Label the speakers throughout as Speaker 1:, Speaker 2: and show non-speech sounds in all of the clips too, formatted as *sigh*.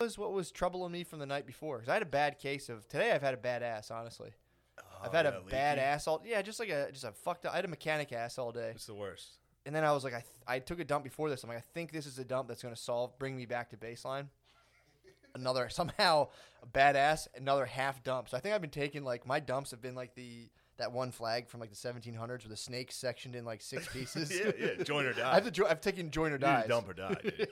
Speaker 1: was what was troubling me from the night before. 'Cause I had a bad case of today. I've had a bad ass, honestly. I've had
Speaker 2: Oh, yeah,
Speaker 1: a
Speaker 2: leaky.
Speaker 1: bad ass all. Yeah, just like a just a fucked up. I had a mechanic ass all day,
Speaker 2: It's the worst.
Speaker 1: and then I was like, I, th- I took a dump before this. I'm like, I think this is a dump that's gonna solve, bring me back to baseline. Another *laughs* somehow a bad ass, another half dump. So I think I've been taking like my dumps have been like the that one flag from like the 1700s with the snake sectioned in like
Speaker 2: *laughs*
Speaker 1: six pieces.
Speaker 2: Yeah, yeah. Join or die.
Speaker 1: *laughs* I've, jo- I've taken join or
Speaker 2: You're
Speaker 1: die.
Speaker 2: dump or die.
Speaker 1: *laughs*
Speaker 2: Dude.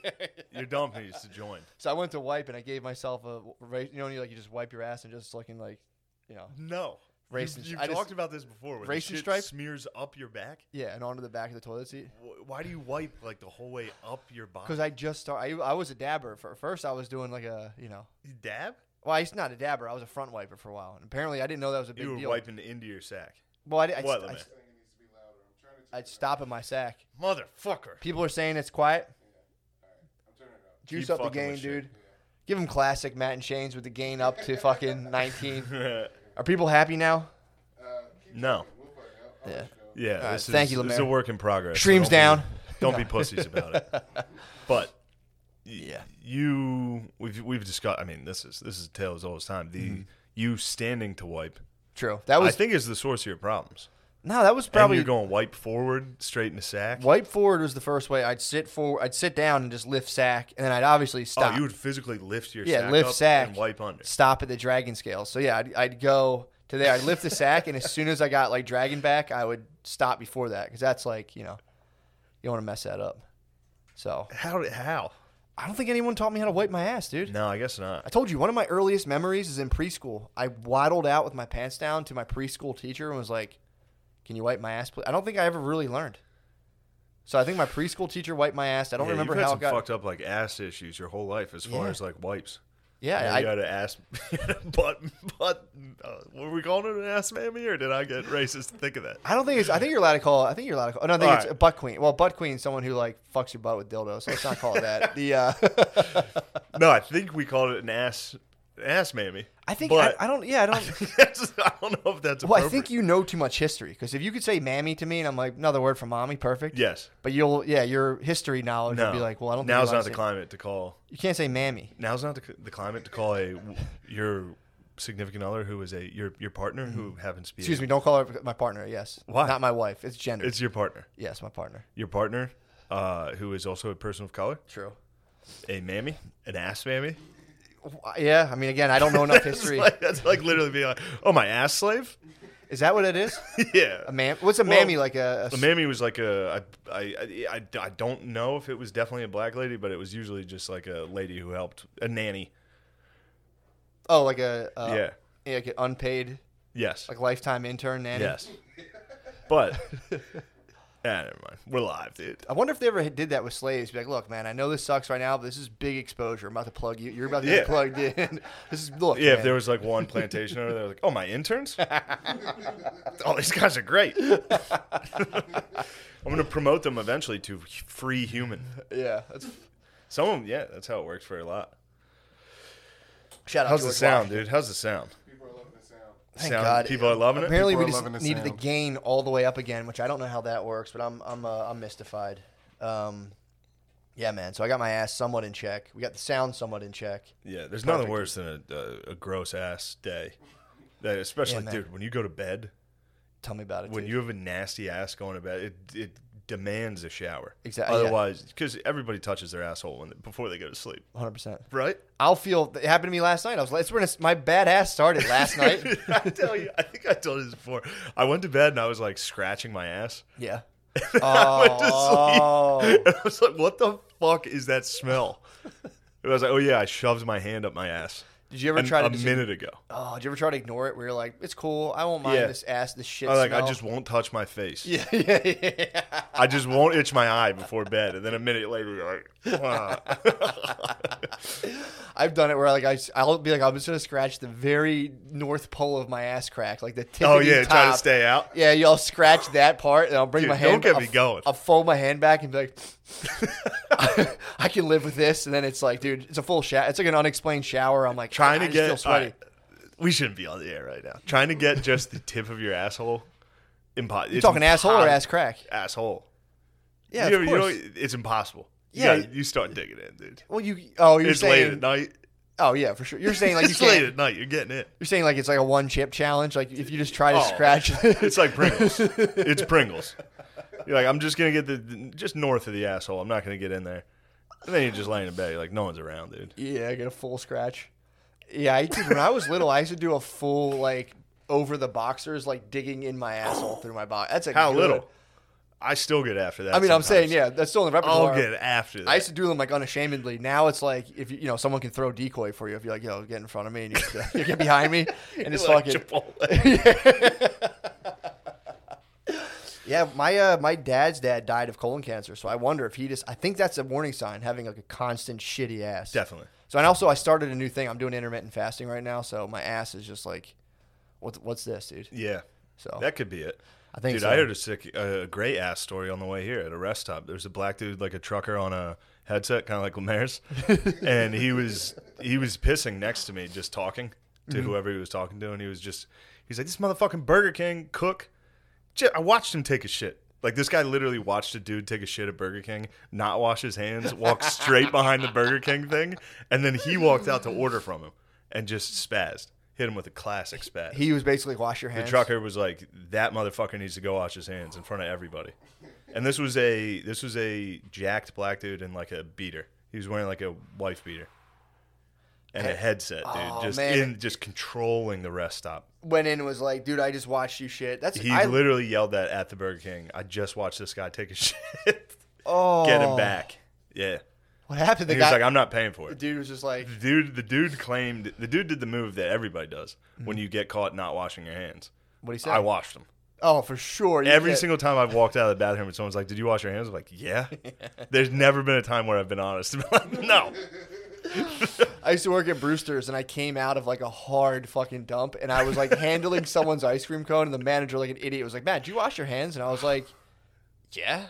Speaker 2: You're dumb. You just join.
Speaker 1: So I went to wipe and I gave myself a ra- you know when you like you just wipe your ass and just looking like you know
Speaker 2: No.
Speaker 1: Racing-
Speaker 2: You've, you've
Speaker 1: I
Speaker 2: talked
Speaker 1: just-
Speaker 2: about this before. Where
Speaker 1: Racing
Speaker 2: the shit
Speaker 1: stripe?
Speaker 2: smears up your back.
Speaker 1: yeah and onto the back of the toilet seat
Speaker 2: Wh- Why do you wipe like the whole way up your body?
Speaker 1: because I just started I, I was a dabber for first I was doing like a you know
Speaker 2: you dab.
Speaker 1: well I used not a dabber I was a front wiper for a while and apparently I didn't know that was a big
Speaker 2: You were
Speaker 1: deal
Speaker 2: wiping into your sack,
Speaker 1: well I, would
Speaker 2: What,
Speaker 1: I,
Speaker 2: Lemay?
Speaker 3: Saying it needs to be louder. I'm trying to turn
Speaker 1: I'd
Speaker 3: it
Speaker 1: stop at my sack
Speaker 2: *laughs* motherfucker.
Speaker 1: people are saying it's quiet
Speaker 3: up. All right, I'm turning it up.
Speaker 1: juice
Speaker 2: Keep
Speaker 1: up the
Speaker 2: fucking
Speaker 1: gain
Speaker 2: with shit.
Speaker 1: dude give them classic Matt and Shane's with the gain up to fucking 19
Speaker 2: yeah.
Speaker 1: are people happy now
Speaker 3: Uh, keep
Speaker 2: No.
Speaker 3: talking. We'll find out. I'll
Speaker 1: Yeah.
Speaker 3: let you know.
Speaker 1: All right,
Speaker 2: This
Speaker 1: thank
Speaker 2: is,
Speaker 1: you,
Speaker 2: This is a
Speaker 1: Lemaire.
Speaker 2: work in progress. so
Speaker 1: Streams
Speaker 2: don't be-
Speaker 1: down.
Speaker 2: don't be pussies about
Speaker 1: *laughs*
Speaker 2: it. But
Speaker 1: Yeah.
Speaker 2: you we've we've discussed. I mean, this is this is tales all the time. The
Speaker 1: Mm-hmm.
Speaker 2: you standing to wipe.
Speaker 1: true that was
Speaker 2: I think is the source of your problems.
Speaker 1: no that was
Speaker 2: Probably
Speaker 1: probably
Speaker 2: you're going wipe forward straight in the sack.
Speaker 1: Wipe forward was the first way. I'd sit forward. I'd sit down and just lift sack, and then I'd obviously stop.
Speaker 2: Oh, you would physically lift your
Speaker 1: yeah,
Speaker 2: sack
Speaker 1: lift
Speaker 2: up
Speaker 1: sack
Speaker 2: and wipe under.
Speaker 1: Stop at the dragon scale. So yeah, I'd, I'd go to there. I'd lift the sack, and as soon as I got like dragon back, I would stop before that because that's like you know, you don't want to mess that up. So
Speaker 2: How? did- How?
Speaker 1: I don't think anyone taught me how to wipe my ass, dude.
Speaker 2: No, I guess
Speaker 1: I
Speaker 2: not.
Speaker 1: told you one of my earliest memories is in preschool. I waddled out with my pants down to my preschool teacher and was like, "Can you wipe my ass, please?" I don't think I ever really learned. So I think my preschool teacher wiped my ass. I don't
Speaker 2: Yeah,
Speaker 1: remember
Speaker 2: you've had
Speaker 1: how
Speaker 2: some
Speaker 1: it got.
Speaker 2: fucked up like ass issues your whole life as far
Speaker 1: Yeah.
Speaker 2: as like wipes.
Speaker 1: Yeah,
Speaker 2: Yeah,
Speaker 1: I,
Speaker 2: you had an *laughs* ass, but but uh, were we calling it an ass mammy or did I get racist to think of that?
Speaker 1: I don't think it's. I think you're allowed to call. I think you're allowed to call. oh, No, I think
Speaker 2: All
Speaker 1: it's
Speaker 2: right.
Speaker 1: a butt queen. Well, butt queen, is someone who like fucks your butt with dildos. So let's not call it
Speaker 2: *laughs*
Speaker 1: that. The uh, *laughs*
Speaker 2: No, I think we called it an ass ass mammy.
Speaker 1: I think
Speaker 2: but
Speaker 1: I, I don't. Yeah, I don't.
Speaker 2: *laughs* that's- I don't know if that's
Speaker 1: Well, I
Speaker 2: appropriate.
Speaker 1: think you know too much history because if you could say mammy to me and I'm like another word for mommy, perfect.
Speaker 2: yes.
Speaker 1: But you'll yeah your history knowledge
Speaker 2: No.
Speaker 1: would be like well I don't. think
Speaker 2: Now's
Speaker 1: you're allowed
Speaker 2: not
Speaker 1: to
Speaker 2: the
Speaker 1: say-
Speaker 2: climate to call.
Speaker 1: You can't say mammy.
Speaker 2: Now's not the, c- the climate to call a your significant other who is a your your partner who happens to be.
Speaker 1: Mm-hmm. Excuse me. Don't call her my partner. Yes.
Speaker 2: Why?
Speaker 1: Not my wife. It's gender.
Speaker 2: It's your partner.
Speaker 1: yes, my partner.
Speaker 2: Your partner, uh, who is also a person of color,
Speaker 1: True.
Speaker 2: a mammy, an ass mammy. *laughs*
Speaker 1: Yeah. I mean, again, I don't know enough
Speaker 2: That's
Speaker 1: history.
Speaker 2: like, that's like literally being like, oh, my ass slave? *laughs*
Speaker 1: Is that what it is?
Speaker 2: yeah.
Speaker 1: A mam? What's a
Speaker 2: Well,
Speaker 1: mammy like? A, a
Speaker 2: A mammy was like a, I, I, I, I don't know if it was definitely a black lady, but it was usually just like a lady who helped, a nanny.
Speaker 1: oh, like a uh,
Speaker 2: yeah.
Speaker 1: yeah, like an unpaid
Speaker 2: Yes.
Speaker 1: like lifetime intern nanny.
Speaker 2: yes.
Speaker 1: *laughs*
Speaker 2: But, yeah, never mind. We're live, dude.
Speaker 1: I wonder if they ever did that with slaves. Be like, look, man, I know this sucks right now, but this is big exposure. I'm about to plug you. You're about to
Speaker 2: Yeah.
Speaker 1: get plugged in. *laughs* this is look.
Speaker 2: Yeah, if
Speaker 1: man,
Speaker 2: there was like one plantation owner, they're like, "Oh, my *laughs* interns! oh, these guys are great. *laughs* I'm going to promote them eventually to free human.
Speaker 1: yeah. That's,
Speaker 2: Some of them, yeah, that's how it works for a lot.
Speaker 1: shout out.
Speaker 2: How's
Speaker 1: George
Speaker 2: the sound,
Speaker 1: Washington.
Speaker 2: dude? How's the sound?
Speaker 3: People are loving the sound.
Speaker 1: Thank
Speaker 2: sound
Speaker 1: God.
Speaker 2: people are loving it.
Speaker 1: Apparently,
Speaker 3: People
Speaker 1: we
Speaker 3: are
Speaker 1: just
Speaker 3: loving the
Speaker 1: needed the
Speaker 3: sound.
Speaker 1: gain all the way up again, which I don't know how that works, but I'm I'm uh, I'm mystified. Um, yeah, man. So I got my ass somewhat in check. We got the sound somewhat in check.
Speaker 2: Yeah, there's
Speaker 1: Perfect.
Speaker 2: nothing worse than a, a, a gross ass day. That especially,
Speaker 1: Yeah, man.
Speaker 2: dude, when you go to bed,
Speaker 1: Tell me about it.
Speaker 2: when
Speaker 1: dude.
Speaker 2: you have a nasty ass going to bed, it it demands a shower.
Speaker 1: Exactly, yeah.
Speaker 2: Otherwise, because everybody touches their asshole when before they go to sleep,
Speaker 1: 100. percent
Speaker 2: right?
Speaker 1: I'll feel it happened to me last night. I was like, it's when it's, my bad ass started
Speaker 2: *laughs*
Speaker 1: last night.
Speaker 2: I tell you, I think I told you this before. I went to bed and I was like scratching my ass. *laughs*
Speaker 1: Yeah.
Speaker 2: I went to
Speaker 1: Oh.
Speaker 2: sleep. *laughs* And I was like, what the fuck is that smell? And I was like, oh yeah, I shoved my hand up my ass
Speaker 1: Did you ever
Speaker 2: an-
Speaker 1: try to
Speaker 2: a
Speaker 1: just-
Speaker 2: minute ago.
Speaker 1: Oh, did you ever try to ignore it? Where you're like, it's cool. I won't mind
Speaker 2: Yeah.
Speaker 1: this ass, this shit.
Speaker 2: I like, I
Speaker 1: smell."
Speaker 2: just won't touch my
Speaker 1: *laughs*
Speaker 2: face.
Speaker 1: Yeah, yeah, yeah.
Speaker 2: I just won't itch my eye before bed. And then a minute later, you're like,
Speaker 1: *laughs*
Speaker 2: "Ah."
Speaker 1: I've done it where like I, will be like, I'm just gonna scratch the very north pole of my ass crack, like the tip.
Speaker 2: oh yeah,
Speaker 1: top.
Speaker 2: try to stay out.
Speaker 1: Yeah, y'all scratch that part, and I'll bring
Speaker 2: Dude,
Speaker 1: my
Speaker 2: don't
Speaker 1: hand.
Speaker 2: get
Speaker 1: I'll-
Speaker 2: me going.
Speaker 1: I'll fold my hand back and be
Speaker 2: *laughs*
Speaker 1: like, *laughs* I can live with this. And then it's like, dude, it's a full shower. It's like an unexplained shower. I'm like
Speaker 2: Trying
Speaker 1: "Ah,
Speaker 2: to
Speaker 1: I just
Speaker 2: get
Speaker 1: feel sweaty.
Speaker 2: alright, we shouldn't be on the air right now. Trying to get just the tip of your asshole. Impo-
Speaker 1: you talking asshole or ass crack?
Speaker 2: Asshole.
Speaker 1: Yeah,
Speaker 2: you,
Speaker 1: of
Speaker 2: know- you know,
Speaker 1: course.
Speaker 2: it's impossible. You
Speaker 1: Yeah.
Speaker 2: gotta- you start digging in, dude.
Speaker 1: well, you. Oh, you're
Speaker 2: it's
Speaker 1: saying
Speaker 2: late at night.
Speaker 1: Oh yeah, for sure. You're saying like you
Speaker 2: *laughs* it's late
Speaker 1: can't,
Speaker 2: at night. You're getting it.
Speaker 1: you're saying like it's like a one chip challenge. Like if you just try to
Speaker 2: Oh,
Speaker 1: scratch, *laughs*
Speaker 2: It's like Pringles. it's Pringles. You're like, I'm just gonna get the just north of the asshole. I'm not gonna get in there. And then you're just laying in bed. You're like, no one's around, dude.
Speaker 1: yeah, I get a full scratch. Yeah, I did, when I was little, I used to do a full like over the boxers, like digging in my asshole through my box. That's a
Speaker 2: How
Speaker 1: good-
Speaker 2: little? I still get after that.
Speaker 1: I mean, I'm saying
Speaker 2: sometimes.
Speaker 1: yeah, that's still in the repertoire.
Speaker 2: I'll get after that.
Speaker 1: I used to do them like unashamedly. Now it's like if you, you know someone can throw a decoy for you if you're like yo get in front of me and you, *laughs* you get behind me and it's
Speaker 2: You're like
Speaker 1: fucking
Speaker 2: Chipotle. *laughs*
Speaker 1: yeah. My uh, my dad's dad died of colon cancer, so I wonder if he just I think that's a warning sign having like a constant shitty ass.
Speaker 2: Definitely.
Speaker 1: So and also I started a new thing. I'm doing intermittent fasting right now, so my ass is just like, what's what's this, dude?
Speaker 2: Yeah.
Speaker 1: So
Speaker 2: That could be it.
Speaker 1: I think
Speaker 2: Dude,
Speaker 1: so.
Speaker 2: I heard a sick, a great ass story on the way here at a rest stop. There's a black dude, like a trucker, on a headset, kind of
Speaker 1: *laughs*
Speaker 2: like Lemaire's, and he was he was pissing next to me, just talking to
Speaker 1: Mm-hmm.
Speaker 2: whoever he was talking to, and he was just he's like, "This motherfucking Burger King cook." J- I watched him take a shit. Like this guy literally watched a dude take a shit at Burger King, not wash his hands, walk straight behind the Burger King thing, and then he walked out to order from him and just spazzed, hit him with a classic spaz.
Speaker 1: he was basically wash your hands.
Speaker 2: The trucker was like, "That motherfucker needs to go wash his hands in front of everybody." And this was a this was a jacked black dude in like a beater. He was wearing like a wife beater and a headset, dude.
Speaker 1: Oh,
Speaker 2: just
Speaker 1: man.
Speaker 2: in just controlling the rest stop.
Speaker 1: went in and was like, dude, I just watched you shit. That's
Speaker 2: He
Speaker 1: I,
Speaker 2: literally yelled that at the Burger King. I just watched this guy take a shit. *laughs* Get
Speaker 1: oh,
Speaker 2: him back. Yeah.
Speaker 1: What happened? The
Speaker 2: he
Speaker 1: guy,
Speaker 2: was like, "I'm not paying for
Speaker 1: the
Speaker 2: it."
Speaker 1: dude was just
Speaker 2: *laughs*
Speaker 1: like,
Speaker 2: The dude, the dude claimed the dude did the move that everybody does when
Speaker 1: Mm-hmm.
Speaker 2: you get caught not washing your hands.
Speaker 1: what he said?
Speaker 2: I washed them.
Speaker 1: oh, for sure. you
Speaker 2: Every
Speaker 1: can't-
Speaker 2: single time I've walked out of the bathroom and someone's like, "Did you wash your hands?" I'm like, "Yeah." There's never been a time where I've been honest. *laughs* no,
Speaker 1: I used to work at Brewster's and I came out of like a hard fucking dump and I was like
Speaker 2: *laughs*
Speaker 1: handling someone's ice cream cone and the manager like an idiot was like, "Man, did you wash your hands?" And I was like, "Yeah."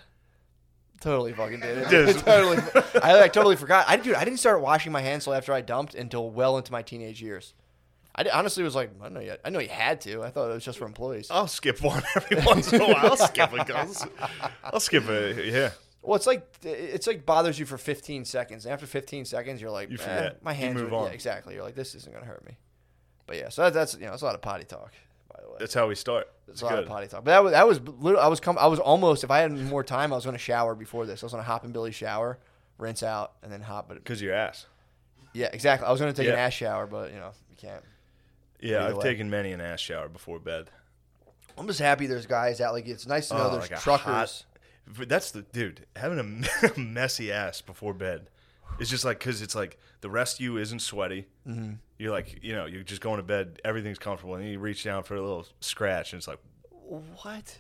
Speaker 1: Totally fucking did it.
Speaker 2: Just-
Speaker 1: *laughs* totally. I like totally forgot. I dude, I didn't start washing my hands till after I dumped until well into my teenage years. I di- honestly was like, I don't know yet. I know you had to. I thought it was just for employees.
Speaker 2: I'll skip one every once in a while. I'll skip a couple. I'll skip a yeah.
Speaker 1: Well, it's like it's like bothers you for 15 seconds, and after 15 seconds, you're like,
Speaker 2: You
Speaker 1: "Eh,
Speaker 2: forget.
Speaker 1: my
Speaker 2: You
Speaker 1: hands
Speaker 2: move
Speaker 1: are- yeah,
Speaker 2: on.
Speaker 1: exactly. You're like, this isn't gonna hurt me. But yeah, so that, that's you know, it's a lot of potty talk, by the way.
Speaker 2: That's how we start. That's
Speaker 1: It's a lot
Speaker 2: good.
Speaker 1: of potty talk. But that was that was lit- I was com- I was almost if I had more time, I was going to shower before this. I was going to hop in Billy's shower, rinse out, and then hop. But
Speaker 2: Because your ass.
Speaker 1: yeah, exactly. I was going to take an
Speaker 2: Yeah.
Speaker 1: ass shower, but you know you can't.
Speaker 2: Yeah,
Speaker 1: Either
Speaker 2: I've
Speaker 1: way.
Speaker 2: taken many an ass shower before bed.
Speaker 1: I'm just happy there's guys out. Like it's nice to know
Speaker 2: Oh,
Speaker 1: there's
Speaker 2: like a
Speaker 1: truckers.
Speaker 2: hot- that's the dude having *laughs* a me- messy ass before bed. It's just like because it's like the rest of you isn't sweaty. Mm-hmm. You're like you know you're just going to bed. Everything's comfortable, and then you reach down for a little scratch, and it's like
Speaker 1: What?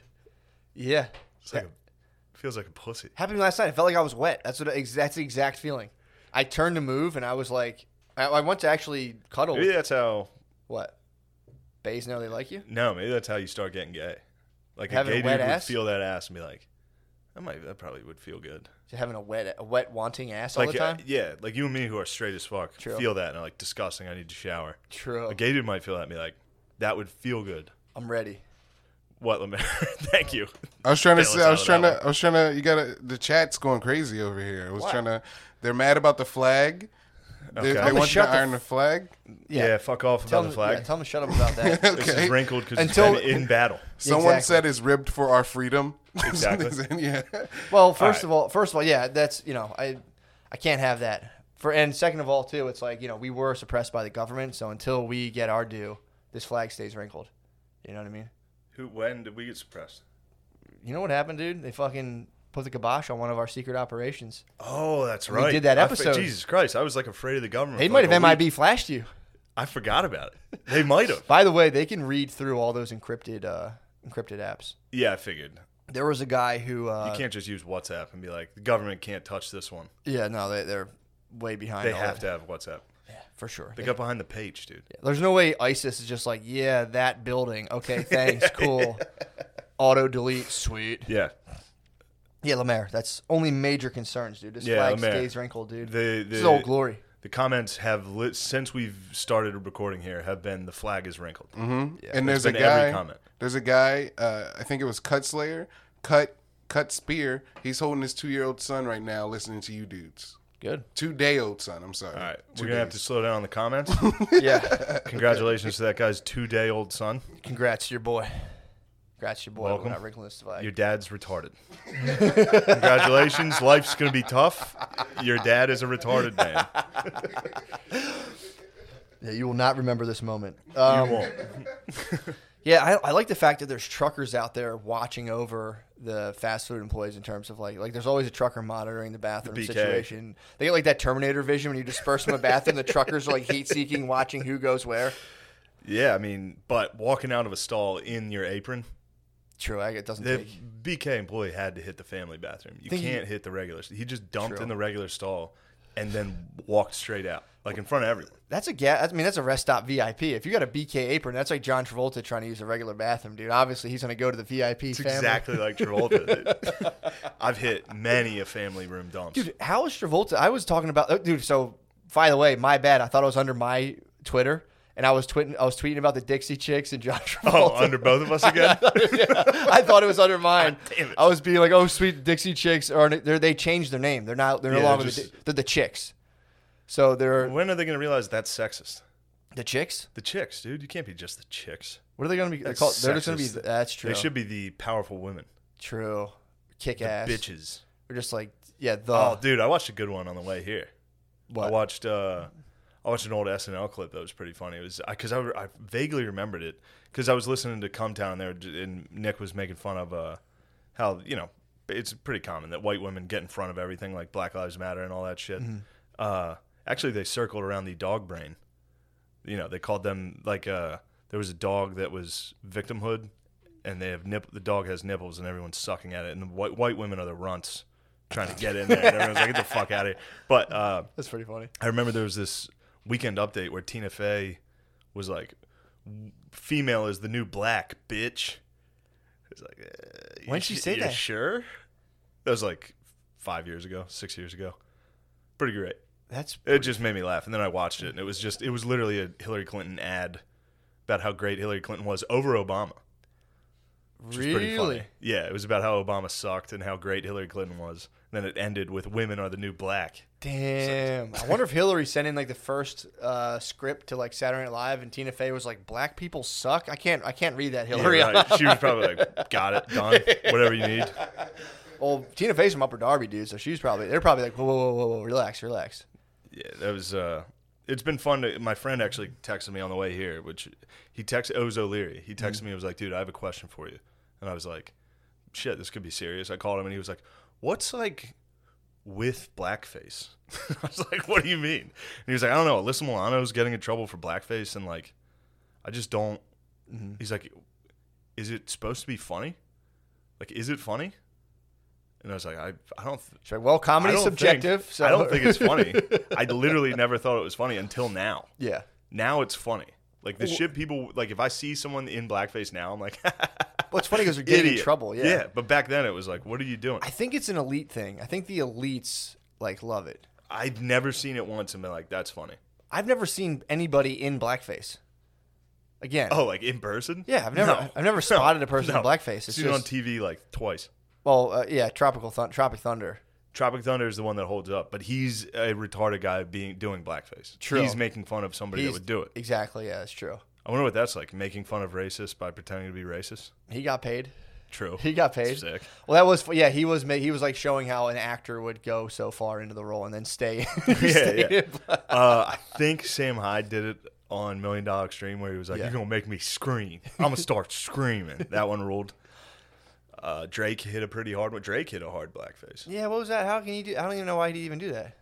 Speaker 1: Yeah.
Speaker 2: It's like a, feels like a pussy.
Speaker 1: happened to me last night. I felt like I was wet. That's what. ex- That's the exact feeling. I turned to move, and I was like, I, I went to actually cuddle.
Speaker 2: Maybe that's how.
Speaker 1: What? Bays know they like you.
Speaker 2: No, maybe that's how you start getting gay. Like
Speaker 1: Having a
Speaker 2: a gay
Speaker 1: wet
Speaker 2: dude
Speaker 1: ass?
Speaker 2: would feel that ass and be like, "That might, that probably would feel good."
Speaker 1: Having a wet, a wet, wanting ass all
Speaker 2: Like
Speaker 1: the time.
Speaker 2: uh, yeah, like you and me who are straight as fuck
Speaker 1: True.
Speaker 2: feel that and are like disgusting. I need to shower.
Speaker 1: True.
Speaker 2: A gay dude might feel that and be like, "That would feel good."
Speaker 1: I'm ready.
Speaker 2: What, Lemaire? *laughs* Thank you.
Speaker 3: I was trying to.
Speaker 2: Bail us
Speaker 3: Say, I was
Speaker 2: out of
Speaker 3: trying
Speaker 2: that
Speaker 3: to. I was trying to. You gotta. The chat's going crazy over here. I was
Speaker 1: Why?
Speaker 3: trying to. They're mad about the flag. They,
Speaker 2: Okay.
Speaker 3: they
Speaker 2: Tell me
Speaker 3: want you
Speaker 1: shut
Speaker 3: to
Speaker 1: the
Speaker 3: iron the flag.
Speaker 2: Yeah, fuck off
Speaker 1: Tell
Speaker 2: about
Speaker 1: them,
Speaker 2: the flag.
Speaker 1: yeah, tell them to shut up about
Speaker 2: *laughs*
Speaker 1: that.
Speaker 2: this
Speaker 3: Okay.
Speaker 2: is wrinkled because it's
Speaker 1: Until-
Speaker 2: been in battle.
Speaker 3: Someone
Speaker 1: Exactly.
Speaker 3: said it's ribbed for our freedom. *laughs*
Speaker 2: Exactly.
Speaker 3: yeah.
Speaker 1: well, first
Speaker 2: right.
Speaker 1: of all, first of all, yeah, that's you know, I, I can't have that. For and second of all, too, it's like you know we were suppressed by the government, so until we get our due, this flag stays wrinkled. You know what I mean?
Speaker 2: Who? When did we get suppressed?
Speaker 1: You know what happened, dude? They fucking put the kibosh on one of our secret operations.
Speaker 2: Oh, that's right.
Speaker 1: did that
Speaker 2: I fe-
Speaker 1: episode.
Speaker 2: Jesus Christ, I was like afraid of the government.
Speaker 1: They
Speaker 2: for,
Speaker 1: might
Speaker 2: like,
Speaker 1: have
Speaker 2: a week.
Speaker 1: MIB flashed you.
Speaker 2: I forgot about it. They
Speaker 1: *laughs*
Speaker 2: might have.
Speaker 1: By the way, they can read through all those encrypted uh, encrypted apps.
Speaker 2: Yeah, I figured.
Speaker 1: There was a guy who,
Speaker 2: You
Speaker 1: uh,
Speaker 2: can't just use WhatsApp and be like, the government can't touch this one.
Speaker 1: yeah, no, they, they're way behind.
Speaker 2: They
Speaker 1: all that.
Speaker 2: have to have WhatsApp.
Speaker 1: for sure.
Speaker 2: They got behind the page, dude.
Speaker 1: There's no way ISIS is just like, yeah, that building. Okay,
Speaker 2: *laughs*
Speaker 1: thanks, cool. Auto delete, sweet.
Speaker 2: Yeah.
Speaker 1: Yeah, Lemaire, that's only major concerns, dude. This
Speaker 2: Yeah,
Speaker 1: flag
Speaker 2: Lemaire.
Speaker 1: stays wrinkled, dude.
Speaker 2: The
Speaker 1: this is old
Speaker 2: the,
Speaker 1: glory.
Speaker 2: the comments have lit since we've started recording here have been the flag is wrinkled.
Speaker 3: and there's a
Speaker 2: been every
Speaker 3: guy.
Speaker 2: comment.
Speaker 3: There's a guy. Uh, I think it was Cut Slayer. Cut. Cut Spear. He's holding his two year old son right now, listening to you dudes.
Speaker 1: Good.
Speaker 3: Two day old son. I'm sorry.
Speaker 2: All right,
Speaker 3: Two
Speaker 2: we're gonna have to
Speaker 3: days.
Speaker 2: slow down on the *laughs* comments. *laughs*
Speaker 1: Yeah.
Speaker 2: Congratulations to that guy's two-day-old son.
Speaker 1: Congrats, to your boy. Congrats, to your boy.
Speaker 2: Welcome.
Speaker 1: We're not wrinkling this flag.
Speaker 2: Your dad's retarded. *laughs* Congratulations, life's gonna be tough. Your dad is a retarded man.
Speaker 1: Yeah, you will not remember this moment.
Speaker 2: You
Speaker 1: Um,
Speaker 2: won't.
Speaker 1: Yeah, I, I like the fact that there's truckers out there watching over the fast food employees in terms of like like there's always a trucker monitoring the bathroom
Speaker 2: BK.
Speaker 1: situation. They get like that Terminator vision when you disperse from a bathroom, the truckers are like heat seeking, watching who goes where.
Speaker 2: Yeah, I mean, but walking out of a stall in your apron,
Speaker 1: True, I, it doesn't
Speaker 2: the
Speaker 1: take.
Speaker 2: BK employee had to hit the family bathroom. You
Speaker 1: Think he-
Speaker 2: can't hit the regular. He just dumped
Speaker 1: True.
Speaker 2: in the regular stall and then walked straight out, like in front of everyone.
Speaker 1: That's a gas. I mean, that's a rest stop VIP. If you got a BK apron, that's like John Travolta trying to use a regular bathroom, dude. Obviously, he's gonna go to the VIP
Speaker 2: It's
Speaker 1: family.
Speaker 2: exactly like Travolta. dude. *laughs* I've hit many a family room dumps.
Speaker 1: Dude, how is Travolta? I was talking about, oh, dude. So, by the way, my bad. I thought I was under my Twitter, and I was tweeting. I was tweeting about the Dixie Chicks and John *laughs* Travolta.
Speaker 2: *laughs* oh, under both of us again.
Speaker 1: *laughs* I thought it was under
Speaker 2: *laughs*
Speaker 1: mine.
Speaker 2: damn it.
Speaker 1: I was being like, "Oh, sweet Dixie Chicks," or they're- they changed their name. They're not. They're
Speaker 2: Yeah,
Speaker 1: no longer.
Speaker 2: just-
Speaker 1: the, Di- they're the Chicks. So they're
Speaker 2: when are they gonna realize that's sexist?
Speaker 1: the Chicks.
Speaker 2: The chicks, dude. You can't be just the chicks.
Speaker 1: What are they going to be
Speaker 2: That's
Speaker 1: called? They're just going to be.
Speaker 2: sexist.
Speaker 1: That's true.
Speaker 2: They should be the powerful women,
Speaker 1: true. Kick ass.
Speaker 2: bitches.
Speaker 1: They're just like yeah. The
Speaker 2: Oh, dude, I watched a good one on the way here. I
Speaker 1: what?
Speaker 2: watched uh, I watched an old SNL clip that was pretty funny. It was because I, re- I vaguely remembered it because I was listening to Come Town there, and Nick was making fun of uh, how you know it's pretty common that white women get in front of everything like Black Lives Matter and all that shit. Uh, actually, they circled around the dog brain. You know, they called them like uh, there was a dog that was victimhood, and they have nip. The dog has nipples, and everyone's sucking at it, and the white white women are the runts. Trying to get in there, and everyone's like, "Get the fuck out of here!" But uh,
Speaker 1: That's pretty funny.
Speaker 2: I remember there was this weekend update where Tina Fey was like, "Female is the new black bitch." It's like, uh, you
Speaker 1: When'd she
Speaker 2: sh-
Speaker 1: say
Speaker 2: you
Speaker 1: that?
Speaker 2: Sure, that was like five years ago, six years ago. Pretty great.
Speaker 1: That's
Speaker 2: It just made me laugh, and then I watched it, and it was just it was literally a Hillary Clinton ad about how great Hillary Clinton was over Obama. Which was
Speaker 1: really.
Speaker 2: pretty funny. Yeah, it was about how Obama sucked and how great Hillary Clinton was. And then it ended with "Women are the new black."
Speaker 1: Damn. I wonder if Hillary sent in like the first uh, script to like Saturday Night Live, and Tina Fey was like, "Black people suck." I can't. I can't read that Hillary.
Speaker 2: Yeah, right. She was probably like, "Got it, done. Whatever you need."
Speaker 1: *laughs* Well, Tina Fey's from Upper Darby, dude, so she's probably they're probably like, whoa, whoa, whoa, whoa, whoa, relax, relax.
Speaker 2: Yeah, that was. Uh, it's been fun. To, my friend actually texted me on the way here, which he texted Oz O'Leary. He texted me. and was like, "Dude, I have a question for you," and I was like, "Shit, this could be serious." I called him, and he was like, "What's like with blackface?" *laughs* I was like, "What do you mean?" And he was like, "I don't know. Alyssa Milano's getting in trouble for blackface, and like, I just don't." He's like, "Is it supposed to be funny? Like, is it funny?" And I was like, "I, I don't." Th-
Speaker 1: She's like, well, comedy's
Speaker 2: I don't
Speaker 1: subjective.
Speaker 2: think-
Speaker 1: so
Speaker 2: I don't think it's funny. I literally never thought it was funny until now.
Speaker 1: *laughs* yeah.
Speaker 2: Now it's funny. Like the shit people like. If I see someone in blackface now, I'm like, *laughs*
Speaker 1: Well, it's funny because they're getting
Speaker 2: idiot.
Speaker 1: in trouble. Yeah.
Speaker 2: but back then it was like, what are you doing?
Speaker 1: I think it's an elite thing. I think the elites like love it.
Speaker 2: I've never seen it once and been like, that's funny.
Speaker 1: I've never seen anybody in blackface. Again.
Speaker 2: Oh, like in person?
Speaker 1: Yeah, I've never,
Speaker 2: *laughs* No.
Speaker 1: I've never spotted a person in
Speaker 2: No.
Speaker 1: blackface. It's
Speaker 2: seen it on
Speaker 1: just,
Speaker 2: TV like twice.
Speaker 1: well, uh, yeah, tropical thun- Tropic Thunder.
Speaker 2: Tropic Thunder is the one that holds up, but he's a retarded guy being doing blackface.
Speaker 1: True.
Speaker 2: He's making fun of somebody that
Speaker 1: He's-
Speaker 2: would do it.
Speaker 1: Exactly. Yeah, that's true.
Speaker 2: I wonder what that's like. Making fun of racists by pretending to be racist.
Speaker 1: He got paid.
Speaker 2: True.
Speaker 1: He got paid.
Speaker 2: Sick.
Speaker 1: Well, that was yeah. He was ma- he was like showing how an actor would go so far into the role and then stay. *laughs* stay
Speaker 2: *laughs* yeah.
Speaker 1: in
Speaker 2: uh, I think Sam Hyde did it on Million Dollar Extreme where he was like, "You're gonna make me scream. I'm gonna start screaming." That one ruled. Uh, Drake hit a pretty hard one. Drake hit a hard blackface.
Speaker 1: Yeah, what was that? How can you do? I don't even know why he'd even do that.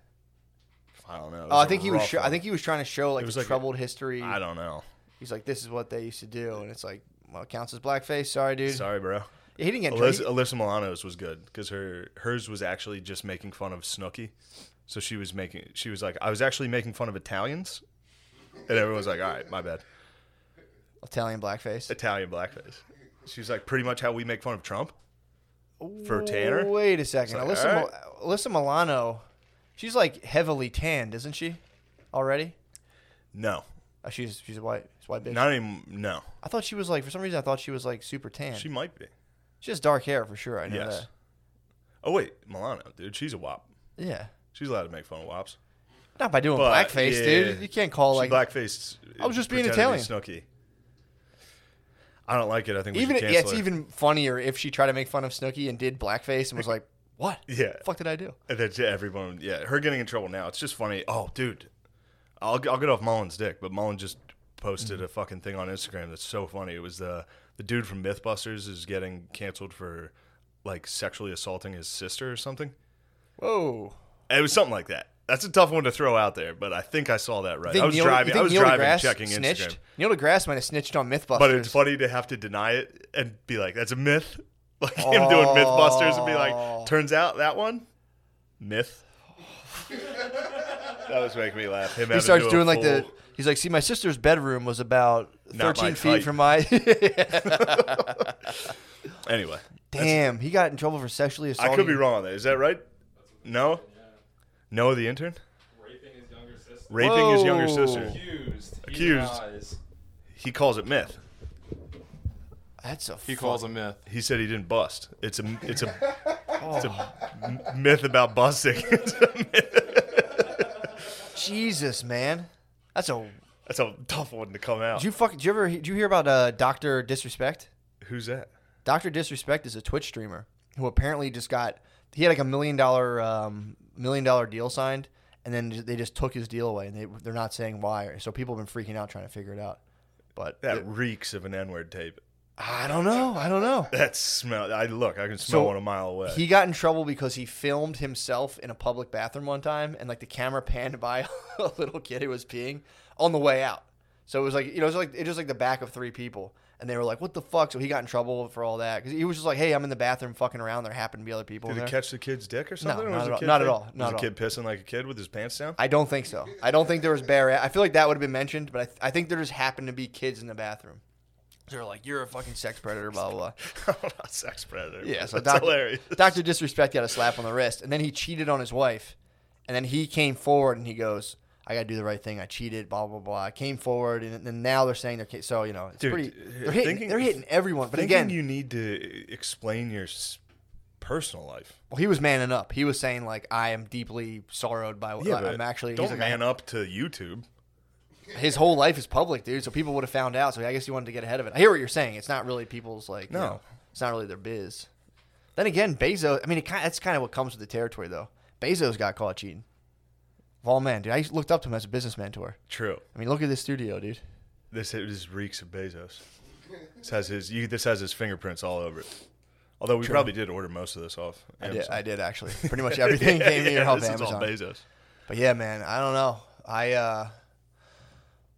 Speaker 2: I don't know. It
Speaker 1: Oh,
Speaker 2: was
Speaker 1: I
Speaker 2: a
Speaker 1: think he was.
Speaker 2: rough
Speaker 1: Sho- I
Speaker 2: one.
Speaker 1: think he was trying to show like
Speaker 2: was
Speaker 1: the
Speaker 2: like a-
Speaker 1: troubled history.
Speaker 2: I don't know.
Speaker 1: He's like, this is what they used to do, and it's like, well, it counts as blackface. Sorry, dude.
Speaker 2: Sorry, bro.
Speaker 1: He didn't get. in
Speaker 2: Alyssa,
Speaker 1: trouble.
Speaker 2: Alyssa Milano's was good because her hers was actually just making fun of Snooki, so she was making she was like I was actually making fun of Italians, and everyone was like, all right, my bad,
Speaker 1: Italian blackface
Speaker 2: Italian blackface. She was like pretty much how we make fun of Trump for Tanner.
Speaker 1: Wait a second,
Speaker 2: like,
Speaker 1: Alyssa.
Speaker 2: all right.
Speaker 1: Mil- Alyssa Milano, she's like heavily tanned, isn't she? Already,
Speaker 2: No,
Speaker 1: oh, she's she's a white, she's a white bitch.
Speaker 2: Not even no.
Speaker 1: I thought she was like for some reason I thought she was like super tan.
Speaker 2: She
Speaker 1: She,
Speaker 2: might be.
Speaker 1: has dark hair for sure. I know
Speaker 2: Yes. Oh wait, Milano, dude, she's a wop.
Speaker 1: that. Yeah.
Speaker 2: She's allowed to make fun of wops.
Speaker 1: Not by doing
Speaker 2: But,
Speaker 1: blackface,
Speaker 2: yeah,
Speaker 1: dude. You can't call
Speaker 2: she
Speaker 1: like
Speaker 2: blackface.
Speaker 1: I was just being
Speaker 2: pretended to be Snooki. I don't like it. I think we
Speaker 1: even
Speaker 2: should
Speaker 1: yeah, it's
Speaker 2: cancel it.
Speaker 1: even funnier if she tried to make fun of Snooki and did blackface and was like, "What?
Speaker 2: Yeah.
Speaker 1: the fuck did I do?"
Speaker 2: And That's yeah, everyone. Yeah, her getting in trouble now. It's just funny. Oh, dude, I'll I'll get off Mullen's dick, but Mullen just posted
Speaker 1: Mm-hmm.
Speaker 2: a fucking thing on Instagram that's so funny. It was the the dude from MythBusters is getting canceled for like sexually assaulting his sister or something.
Speaker 1: Whoa.
Speaker 2: It was something like that. That's a tough one to throw out there, but I think I saw that right.
Speaker 1: Think
Speaker 2: I was
Speaker 1: Neil- you
Speaker 2: driving. I
Speaker 1: think
Speaker 2: was
Speaker 1: Neil
Speaker 2: driving,
Speaker 1: deGrasse
Speaker 2: checking
Speaker 1: snitched?
Speaker 2: Instagram.
Speaker 1: Neil deGrasse might have snitched on MythBusters.
Speaker 2: But it's funny to have to deny it and be like, "That's a myth." *laughs* Like him doing MythBusters and be like, "Turns out that one
Speaker 1: *laughs*
Speaker 2: myth." that was making me laugh. Him
Speaker 1: he starts doing like the. He's like, "See, my sister's bedroom was about
Speaker 2: Not my
Speaker 1: thirteen feet
Speaker 2: type."
Speaker 1: from my." *laughs*
Speaker 2: the anyway.
Speaker 1: Damn, he got in trouble for sexually assaulting.
Speaker 2: I could be wrong on that. Is that right? No, Noah the intern
Speaker 4: raping his younger sister.
Speaker 2: raping his younger
Speaker 1: Whoa.
Speaker 2: sister.
Speaker 4: Accused. He
Speaker 2: Accused.
Speaker 4: denies.
Speaker 2: He calls it myth.
Speaker 1: That's a.
Speaker 4: He calls a myth.
Speaker 2: He said he didn't bust. It's a it's a,
Speaker 1: *laughs*
Speaker 2: it's a m- myth about busting. *laughs* It's a myth.
Speaker 1: Jesus, man. That's a.
Speaker 2: That's a tough one to come out.
Speaker 1: Did you fuck? Did you ever? Did you hear about uh, Doctor Disrespect?
Speaker 2: Who's that?
Speaker 1: Doctor Disrespect is a Twitch streamer who apparently just got he had like a million dollar um, million dollar deal signed, and then they just took his deal away, and they they're not saying why. So people have been freaking out trying to figure it out. But
Speaker 2: That reeks of an N-word tape.
Speaker 1: I don't know. I don't know.
Speaker 2: That smell. I look. I can smell
Speaker 1: So,
Speaker 2: one a mile away.
Speaker 1: He got in trouble because he filmed himself in a public bathroom one time, and like the camera panned *laughs* by a little kid who was peeing on the way out. So it was like you know, it was like it was like the back of three people, and they were like, "What the fuck?" So he got in trouble for all that because he was just like, "Hey, I'm in the bathroom, fucking around." There happened to be other people. in
Speaker 2: Did
Speaker 1: there.
Speaker 2: it catch the kid's dick or something?
Speaker 1: not
Speaker 2: or was
Speaker 1: at
Speaker 2: the
Speaker 1: all.
Speaker 2: kid
Speaker 1: Not at
Speaker 2: pig-
Speaker 1: all. Not
Speaker 2: was
Speaker 1: at
Speaker 2: the kid pissing like a kid with his
Speaker 1: *laughs*
Speaker 2: pants down?
Speaker 1: I don't think so. I don't think there was bare. I feel like that would have been mentioned, but I, th- I think there just happened to be kids in the bathroom. They're like, "You're a fucking sex predator," blah blah. blah.
Speaker 2: I'm not a Oh, sex predator.
Speaker 1: Yeah, so
Speaker 2: that's
Speaker 1: Doctor
Speaker 2: hilarious.
Speaker 1: *laughs* Doctor Disrespect got a slap on the wrist, and then he cheated on his wife, and then he came forward and he goes, "I got to do the right thing. I cheated." Blah blah blah. I came forward, and, and now they're saying they're ca- so you know it's
Speaker 2: Dude,
Speaker 1: pretty.
Speaker 2: uh,
Speaker 1: They're hitting.
Speaker 2: thinking-
Speaker 1: they're hitting everyone. But
Speaker 2: Thinking
Speaker 1: again,
Speaker 2: you need to explain your s- personal life.
Speaker 1: well, he was manning up. He was saying like, "I am deeply sorrowed by what
Speaker 2: but
Speaker 1: I'm actually." he's
Speaker 2: Don't
Speaker 1: like, I-
Speaker 2: man up to YouTube.
Speaker 1: his whole life is public, dude. So people would have found out. So I guess he wanted to get ahead of it. I hear what you're saying. It's not really people's like. No,
Speaker 2: No.
Speaker 1: it's not really their biz. Then again, Bezos. I mean, it kind that's kind of what comes with the territory, though. Bezos got caught cheating. Of all men, dude, I used- looked up to him as a business mentor.
Speaker 2: True.
Speaker 1: I mean, look at this studio, dude.
Speaker 2: This this reeks of Bezos. This has his. You, this has his fingerprints all over it. Although we probably did order most of this off.
Speaker 1: I
Speaker 2: Amazon.
Speaker 1: did, I did actually. Pretty much
Speaker 2: *laughs*
Speaker 1: everything came here
Speaker 2: yeah,
Speaker 1: help
Speaker 2: this is all
Speaker 1: Amazon.
Speaker 2: Bezos.
Speaker 1: But yeah, man, I don't know. I uh,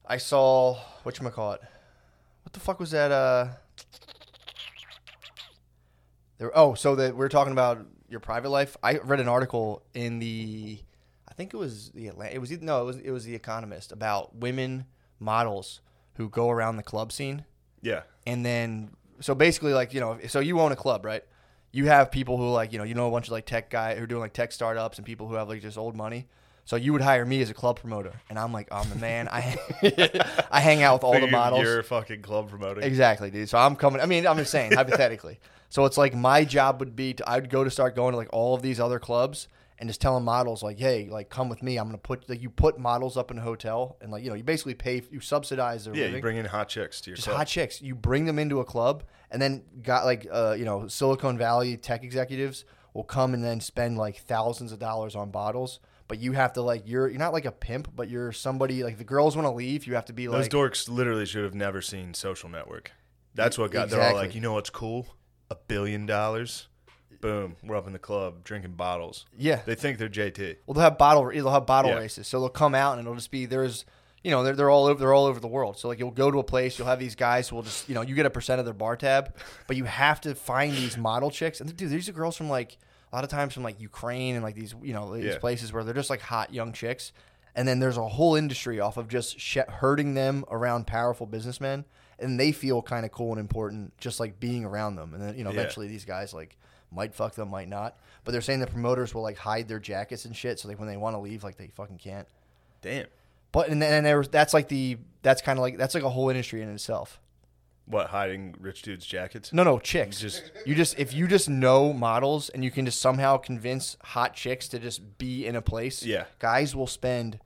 Speaker 1: I saw what you call it. What the fuck was that? Uh, there. Oh, so that we're talking about your private life. I read an article in the, I think it was the Atlanta. It was no, it was it was the Economist about women models who go around the club scene
Speaker 2: Yeah.
Speaker 1: and then so basically like you know so you own a club right you have people who like you know you know a bunch of like tech guy who are doing like tech startups and people who have like just old money so you would hire me as a club promoter and i'm like i'm the man i i hang *laughs* out with all the
Speaker 2: Figured
Speaker 1: models
Speaker 2: You're fucking club promoting.
Speaker 1: Exactly, dude. So I'm coming. I mean, I'm just saying
Speaker 2: *laughs*
Speaker 1: hypothetically. So it's like my job would be to I'd go to start going to like all of these other clubs and just telling models like, hey, like come with me. I'm gonna put like you put models up in a hotel and like you know you basically pay you subsidize their
Speaker 2: Yeah,
Speaker 1: living
Speaker 2: you bring in hot chicks to your
Speaker 1: just
Speaker 2: club.
Speaker 1: hot chicks. You bring them into a club, and then got like uh, you know Silicon Valley tech executives will come and then spend like thousands of dollars on bottles. But you have to like you're you're not like a pimp, but you're somebody like the girls want to leave. You have to be
Speaker 2: Those
Speaker 1: like
Speaker 2: dorks literally should have never seen Social Network. That's what got. They're all like,
Speaker 1: Exactly.
Speaker 2: you know what's cool? A billion dollars. Boom, we're up in the club drinking bottles.
Speaker 1: yeah.
Speaker 2: They think they're JT.
Speaker 1: well, they'll have bottle they'll have bottle
Speaker 2: Yeah.
Speaker 1: races, so they'll come out and it'll just be there's you know they're, they're all over they're all over the world. So like you'll go to a place, you'll have these guys who will just you know you get a percent of their bar tab, but you have to find these model chicks and dude these are girls from like a lot of times from like Ukraine and like these you know these
Speaker 2: Yeah.
Speaker 1: places where they're just like hot young chicks, and then there's a whole industry off of just sh- herding them around powerful businessmen. And they feel kind of cool and important, just like being around them. And then, you know,
Speaker 2: Yeah.
Speaker 1: eventually these guys like might fuck them, might not. But they're saying the promoters will like hide their jackets and shit, so like when they want to leave, like they fucking can't.
Speaker 2: Damn.
Speaker 1: But and then and there was that's like the that's kind of like that's like a whole industry in itself.
Speaker 2: What hiding rich dudes' jackets?
Speaker 1: No, no, chicks.
Speaker 2: Just-
Speaker 1: you just if you just know models and you can just somehow convince hot chicks to just be in a place.
Speaker 2: Yeah.
Speaker 1: guys will spend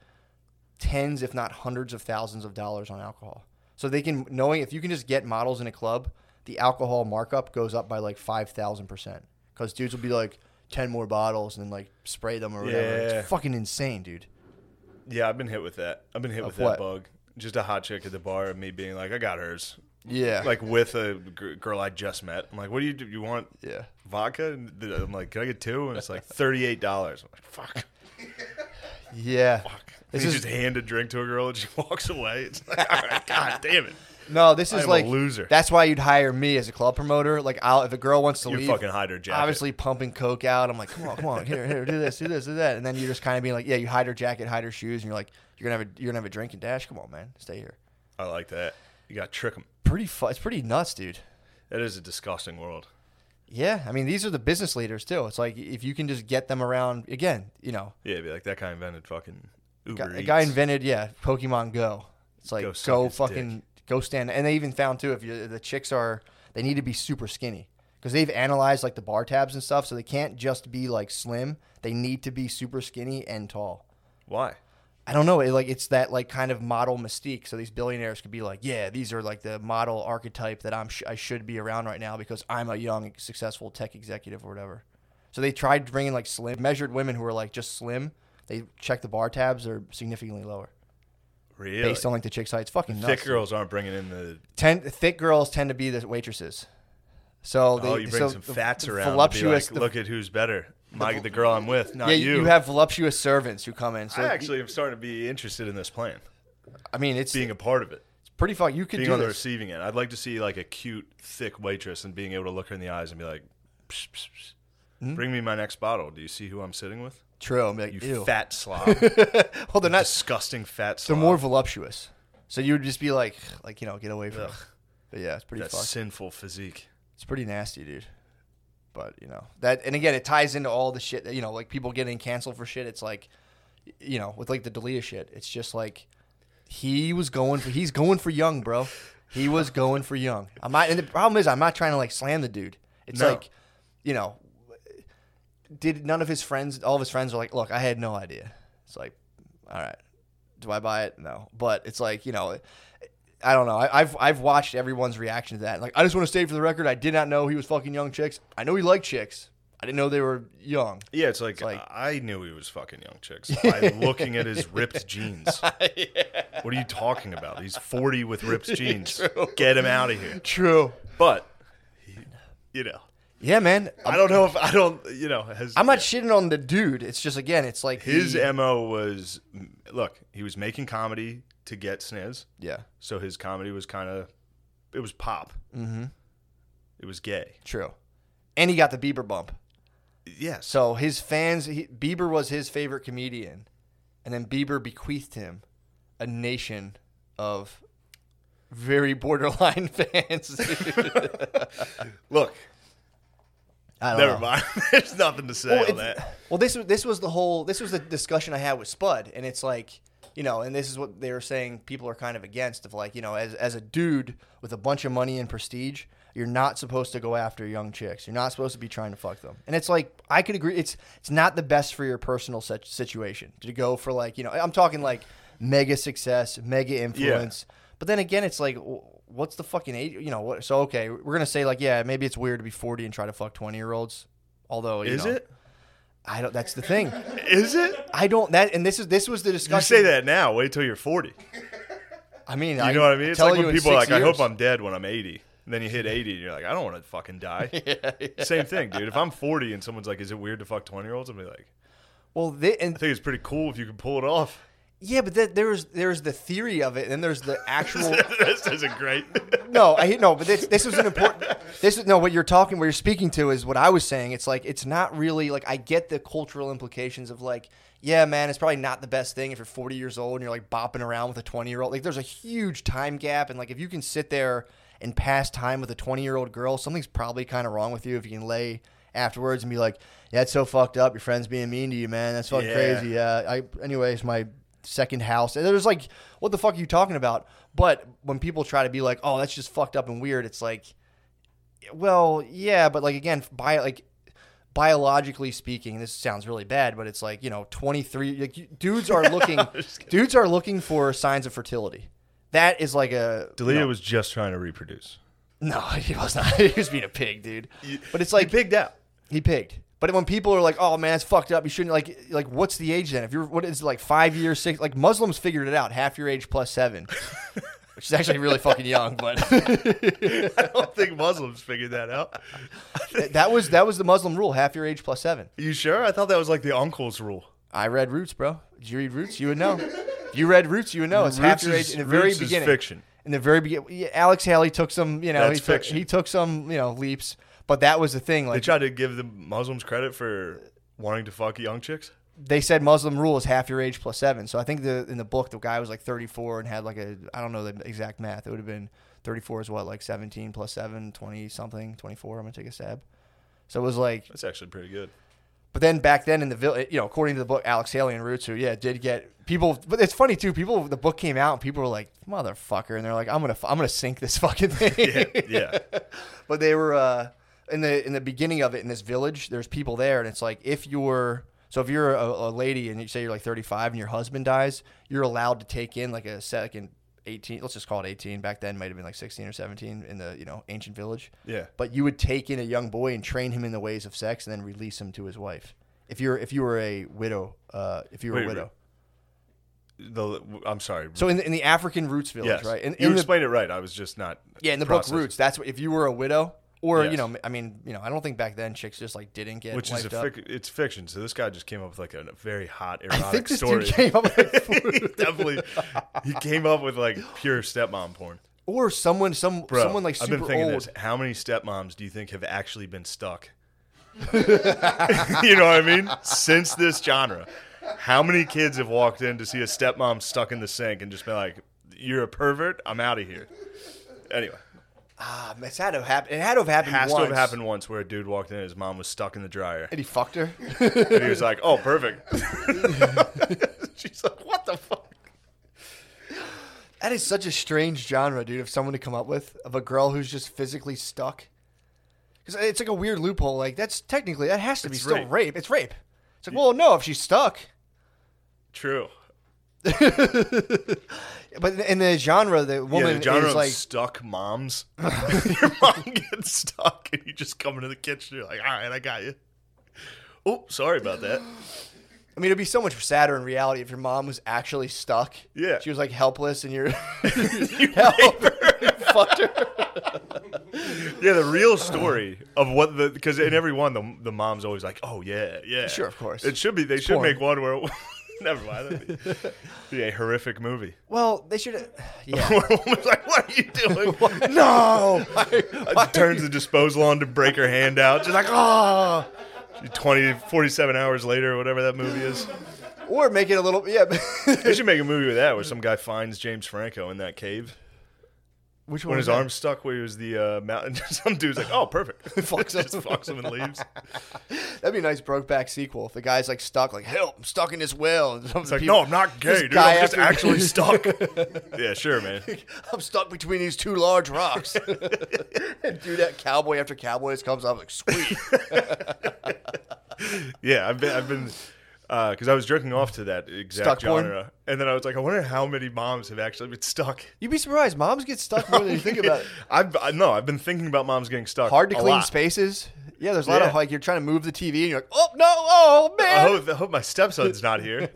Speaker 1: tens, if not hundreds of thousands of dollars on alcohol. So they can knowing if you can just get models in a club, the alcohol markup goes up by like five thousand percent because dudes will be like ten more bottles and then like spray them or whatever.
Speaker 2: Yeah.
Speaker 1: It's fucking insane, dude.
Speaker 2: Yeah, I've been hit with that. I've been hit
Speaker 1: Of
Speaker 2: with
Speaker 1: what?
Speaker 2: that bug. Just a hot chick at the bar and me being like, I got hers.
Speaker 1: Yeah,
Speaker 2: Like with a gr- girl I just met. I'm like, what do you do? You want
Speaker 1: yeah.
Speaker 2: vodka? And th- I'm like, can I get two? And it's like $38. I'm like, fuck.
Speaker 1: Yeah. This
Speaker 2: you
Speaker 1: is-
Speaker 2: just hand a drink to a girl and she *laughs* walks away. It's like, all right, *laughs* God damn it.
Speaker 1: No, this
Speaker 2: I
Speaker 1: is
Speaker 2: am a
Speaker 1: like
Speaker 2: loser.
Speaker 1: That's why you'd hire me as a club promoter. Like, I'll if a girl wants to
Speaker 2: You
Speaker 1: leave,
Speaker 2: fucking hide her jacket.
Speaker 1: Obviously, pumping coke out. I'm like, come on, come on, here, here, do this, do this, do that, and then you're just kind of being like, yeah, you hide her jacket, hide her shoes, and you're like, you're gonna have a, you're gonna have a drink and dash. Come on, man, stay here.
Speaker 2: I like that. You got to trick them.
Speaker 1: Pretty fu- It's pretty nuts, dude.
Speaker 2: That is a disgusting world.
Speaker 1: Yeah, I mean, these are the business leaders too. It's like if you can just get them around again, you know,
Speaker 2: Yeah, be like, that guy invented fucking Uber
Speaker 1: guy, a guy
Speaker 2: Eats.
Speaker 1: invented yeah pokemon go it's like
Speaker 2: Go
Speaker 1: go,
Speaker 2: suck his
Speaker 1: fucking
Speaker 2: dick.
Speaker 1: go stand and they even found too if you the chicks are they need to be super skinny because they've analyzed like the bar tabs and stuff so they can't just be like slim they need to be super skinny and tall
Speaker 2: Why?
Speaker 1: i don't know it, like it's that like kind of model mystique so these billionaires could be like yeah these are like the model archetype that i'm sh- i should be around right now because i'm a young successful tech executive or whatever so they tried bringing like slim measured women who are like just slim they check the bar tabs they're significantly lower
Speaker 2: Really?
Speaker 1: based on like the chick's height. It's fucking nuts.
Speaker 2: Thick girls aren't bringing in the.
Speaker 1: Ten, thick girls tend to be the waitresses. So they
Speaker 2: oh, you bring
Speaker 1: so
Speaker 2: some
Speaker 1: the-
Speaker 2: fats
Speaker 1: the
Speaker 2: around. and be
Speaker 1: Voluptuous.
Speaker 2: like,
Speaker 1: the-
Speaker 2: Look at who's better. My, the girl I'm with, not
Speaker 1: yeah,
Speaker 2: you.
Speaker 1: you. have voluptuous servants who come in. So
Speaker 2: I actually am starting to be interested in this plan,
Speaker 1: I mean, it's
Speaker 2: being a part of it,
Speaker 1: pretty fuck. You could
Speaker 2: being
Speaker 1: do
Speaker 2: on the
Speaker 1: this.
Speaker 2: receiving end. I'd like to see like a cute, thick waitress and being able to look her in the eyes and be like, psh, psh, psh.
Speaker 1: Hmm?
Speaker 2: "Bring me my next bottle." Do you see who I'm sitting with?
Speaker 1: True. I'm like,
Speaker 2: You
Speaker 1: ew. *laughs*
Speaker 2: fat slob,
Speaker 1: Well, they're not.
Speaker 2: disgusting fat
Speaker 1: They're
Speaker 2: slob.
Speaker 1: more voluptuous. So you would just be like, like you know, get away from. it. But yeah, it's pretty
Speaker 2: that
Speaker 1: fucked.
Speaker 2: sinful physique.
Speaker 1: It's pretty nasty, dude. But you know that, and again, it ties into all the shit that you know, like people getting canceled for shit. It's like, you know, with like the Dalia shit. It's just like he was going for he's going for young, bro. He was going for young. I'm not, and the problem is I'm not trying to like slam the dude. It's
Speaker 2: No.
Speaker 1: like, you know, did none of his friends, all of his friends are like, look, I had no idea. It's like, all right, do I buy it? No, but it's like you know. I don't know. I, I've I've watched everyone's reaction to that. Like, I just want to state for the record, I did not know he was fucking young chicks. I know he liked chicks. I didn't know they were young.
Speaker 2: Yeah, it's like,
Speaker 1: like- uh,
Speaker 2: I knew he was fucking young
Speaker 1: *laughs*
Speaker 2: chicks by looking at his ripped jeans. What are you talking about? He's 40
Speaker 1: *laughs*
Speaker 2: with ripped jeans. Get him out of here.
Speaker 1: True.
Speaker 2: But he- you know,
Speaker 1: Yeah, man. I'm,
Speaker 2: I don't know if I don't. You know, has,
Speaker 1: I'm not shitting on the dude. It's just again, it's like
Speaker 2: His
Speaker 1: the-
Speaker 2: mo was look. He was making comedy to get sniz,
Speaker 1: yeah.
Speaker 2: so his comedy was kind of it was pop. Mm-hmm. It was gay.
Speaker 1: True. And he got the Bieber bump.
Speaker 2: Yes.
Speaker 1: So his fans, he, Bieber was his favorite comedian, and then Bieber bequeathed him a nation of very borderline *laughs* fans.
Speaker 2: *laughs*
Speaker 1: dude.
Speaker 2: look,
Speaker 1: I don't
Speaker 2: never
Speaker 1: know.
Speaker 2: mind. *laughs* There's nothing to say
Speaker 1: well,
Speaker 2: on
Speaker 1: it's-
Speaker 2: that.
Speaker 1: well, this was this was the whole this was the discussion I had with Spud, and it's like you know, and this is what they were saying people are kind of against of like you know, as as a dude with a bunch of money and prestige, you're not supposed to go after young chicks. You're not supposed to be trying to fuck them. And it's like I could agree, it's it's not the best for your personal sit- situation to go for like you know, I'm talking like mega success, mega influence. But then again, it's like. w- What's the fucking age? You know what? So okay, we're gonna say like, yeah, maybe it's weird to be forty and try to fuck twenty year olds. Although, you
Speaker 2: Is
Speaker 1: know,
Speaker 2: it?
Speaker 1: I don't. That's the thing.
Speaker 2: Is it?
Speaker 1: I don't. That and this is this was the discussion.
Speaker 2: You say that now. Wait till you're 40.
Speaker 1: I mean,
Speaker 2: You know what I mean? It's like when people are like, I hope
Speaker 1: I'm.
Speaker 2: I'm dead when I'm 80. And then you hit 80 and you're like, I don't want to fucking *laughs* die. Same thing, dude. If I'm 40 and someone's like, is it weird to fuck 20 year olds? I'll be like,
Speaker 1: Well, they, and
Speaker 2: I think it's pretty cool if you can pull it off. *laughs*
Speaker 1: yeah, but that, there's there's the theory of it, and then there's the
Speaker 2: *laughs*
Speaker 1: actual.
Speaker 2: this isn't great.
Speaker 1: no, I no, but this this was an important. This is no what you're talking, what you're speaking to is what I was saying. It's like it's not really like I get the cultural implications of like, yeah, man, it's probably not the best thing if you're 40 years old and you're like bopping around with a 20 year old. Like, there's a huge time gap, and like if you can sit there and pass time with a 20 year old girl, something's probably kind of wrong with you if you can lay afterwards and be like, yeah, it's so fucked up. Your friend's being mean to you, man. That's fucking
Speaker 2: Yeah.
Speaker 1: crazy. Yeah. I anyways, my second house. And there's like, what the fuck are you talking about? But when people try to be like, oh, that's just fucked up and weird, it's like, well, yeah, but like again, bio like biologically speaking, this sounds really bad, but it's like you know, twenty three like you- dudes are looking dudes are looking for signs of fertility. That is like a
Speaker 2: Delia
Speaker 1: no,
Speaker 2: was just trying to reproduce.
Speaker 1: no, *laughs* he was not. he was being a pig, dude. But it's like
Speaker 2: pigged out. *laughs*
Speaker 1: he pigged. But when people are like, "Oh man, it's fucked up. You shouldn't like like what's the age then? If you're what is it, like five years, six? Like Muslims figured it out, half your age plus seven,
Speaker 2: *laughs*
Speaker 1: which is actually really fucking young. But
Speaker 2: I don't think Muslims figured that out.
Speaker 1: that was that was the Muslim rule, half your age plus seven.
Speaker 2: You sure? I thought that was like the uncle's rule.
Speaker 1: I read Roots, bro. Did you read Roots? You would know. If you read Roots, you would know. It's half
Speaker 2: Roots
Speaker 1: your
Speaker 2: is-
Speaker 1: age in the very
Speaker 2: Roots is
Speaker 1: beginning.
Speaker 2: fiction.
Speaker 1: In the very beginning, Alex Haley took some, you know, he
Speaker 2: That's
Speaker 1: took,
Speaker 2: fiction.
Speaker 1: he took some, you know, leaps. But that was the thing.
Speaker 2: They
Speaker 1: Like
Speaker 2: tried to give the Muslims credit for wanting to fuck young chicks.
Speaker 1: they said Muslim rule is half your age plus seven. So I think the in the book the guy was like 34 and had like a I don't know the exact math. It would have been 34 is what like 17 plus 7, 20 something, 24. I'm gonna take a stab. So it was like,
Speaker 2: That's actually pretty *laughs* good.
Speaker 1: but then back then in the village, you know, according to the book, Alex Haley and Roots, who yeah did get people. But it's funny too. People the book came out and people were like motherfucker, and they're like I'm gonna f- I'm gonna sink this fucking thing.
Speaker 2: Yeah.
Speaker 1: But they were uh, in the in the beginning of it in this village. There's people there, and it's like if you're so if you're a, a lady and you say you're like 35 and your husband dies, you're allowed to take in like a second 18. Let's just call it 18. Back then, might have been like 16 or 17 in the you know ancient village.
Speaker 2: Yeah.
Speaker 1: But you would take in a young boy and train him in the ways of sex, and then release him to his wife. If you're if you were a widow, uh, if you were
Speaker 2: Wait,
Speaker 1: a widow.
Speaker 2: The, I'm sorry.
Speaker 1: So in the, in the African roots village,
Speaker 2: yes.
Speaker 1: right? In,
Speaker 2: you
Speaker 1: in the-
Speaker 2: explained it right. I was just not.
Speaker 1: Yeah, in the
Speaker 2: processing.
Speaker 1: book Roots, that's what if you were a widow or you
Speaker 2: Yes.
Speaker 1: know, I mean, you know, I don't think back then chicks just like didn't get
Speaker 2: Which is a
Speaker 1: wiped up.
Speaker 2: fic- it's fiction. So this guy just came up with like a very hot
Speaker 1: I
Speaker 2: erotic
Speaker 1: think this
Speaker 2: story.
Speaker 1: dude came up with *laughs*
Speaker 2: He *laughs* definitely he came up with like pure stepmom porn.
Speaker 1: or someone some
Speaker 2: Bro,
Speaker 1: someone like super
Speaker 2: I've been thinking
Speaker 1: old.
Speaker 2: this. How many stepmoms do you think have actually been stuck? *laughs* you know what I mean? Since this genre, how many kids have walked in to see a stepmom stuck in the sink and just been like, "You're a pervert. I'm out of here." Anyway,
Speaker 1: Ah, man, it's had to happen. It had to have happened
Speaker 2: has
Speaker 1: once.
Speaker 2: to have happened once where a dude walked in and his mom was stuck in the dryer,
Speaker 1: And he fucked her. *laughs*
Speaker 2: and he was like, "Oh, perfect." She's like, "What the fuck?"
Speaker 1: that is such a strange genre, dude. Of someone to come up with of a girl who's just physically stuck. 'Cause it's like a weird loophole. Like that's technically that has to be
Speaker 2: It's
Speaker 1: still rape.
Speaker 2: rape.
Speaker 1: It's rape. It's like, well, no, if she's stuck.
Speaker 2: True.
Speaker 1: But in the genre, the woman
Speaker 2: yeah, the genre
Speaker 1: is
Speaker 2: of
Speaker 1: like
Speaker 2: stuck moms. *laughs* Your mom gets stuck, and you just come into the kitchen. You're like, all right, I got you. Oh, sorry about that.
Speaker 1: I mean, it'd be so much sadder in reality if your mom was actually stuck.
Speaker 2: Yeah.
Speaker 1: She was like helpless and *laughs* you're. you help her. fucked her.
Speaker 2: Yeah, the
Speaker 1: Uh-huh.
Speaker 2: real story of what the because in every one the the mom's always like, oh yeah, yeah,
Speaker 1: Sure, of course.
Speaker 2: It should be. They should
Speaker 1: porn.
Speaker 2: make one where. *laughs* Never mind. That'd
Speaker 1: *laughs*
Speaker 2: be- be a horrific movie. *laughs*
Speaker 1: Well, they should. *sighs* Yeah. *laughs*
Speaker 2: Where a woman's like, "What are you doing?" *laughs*
Speaker 1: no!
Speaker 2: Turns the disposal on to break her hand out. She's like, "Oh." 20, 47 hours later, or whatever that movie is.
Speaker 1: Or make it a little. Yeah. *laughs*
Speaker 2: They should make a movie with that, where some guy finds James Franco in that cave
Speaker 1: Which one?
Speaker 2: when
Speaker 1: was
Speaker 2: his
Speaker 1: that?
Speaker 2: arm's stuck where he was the uh, mountain. *laughs* Some dude's like, "Oh, perfect."
Speaker 1: *laughs*
Speaker 2: *laughs*
Speaker 1: Fucks *laughs*
Speaker 2: Just
Speaker 1: him.
Speaker 2: fucks him and leaves.
Speaker 1: That'd be a nice Brokeback sequel if the guy's like stuck, like, help, I'm stuck in this well. And some
Speaker 2: It's like,
Speaker 1: people-
Speaker 2: "No, I'm not
Speaker 1: this
Speaker 2: gay, dude.
Speaker 1: guy
Speaker 2: I'm just
Speaker 1: after-
Speaker 2: actually stuck." yeah, sure,
Speaker 1: *laughs*
Speaker 2: man.
Speaker 1: *laughs* I'm stuck between these two large rocks. *laughs* and do that cowboy after cowboy just comes up, like, sweet.
Speaker 2: Yeah, I've been, I've been, because I was jerking off to that exact
Speaker 1: Stuck porn?
Speaker 2: genre, and then I was like, I wonder how many moms have actually been stuck.
Speaker 1: *laughs* You'd be surprised. Moms get stuck more than you *laughs* think about it.
Speaker 2: *laughs* I've I, no, I've been thinking about moms getting stuck.
Speaker 1: hard to
Speaker 2: a
Speaker 1: clean
Speaker 2: lot.
Speaker 1: spaces. Yeah, there's a lot of
Speaker 2: Yeah.
Speaker 1: like you're trying to move the TV and you're like, oh no, oh
Speaker 2: I
Speaker 1: man.
Speaker 2: hope, I hope my stepson's
Speaker 1: *laughs*
Speaker 2: not here. *laughs*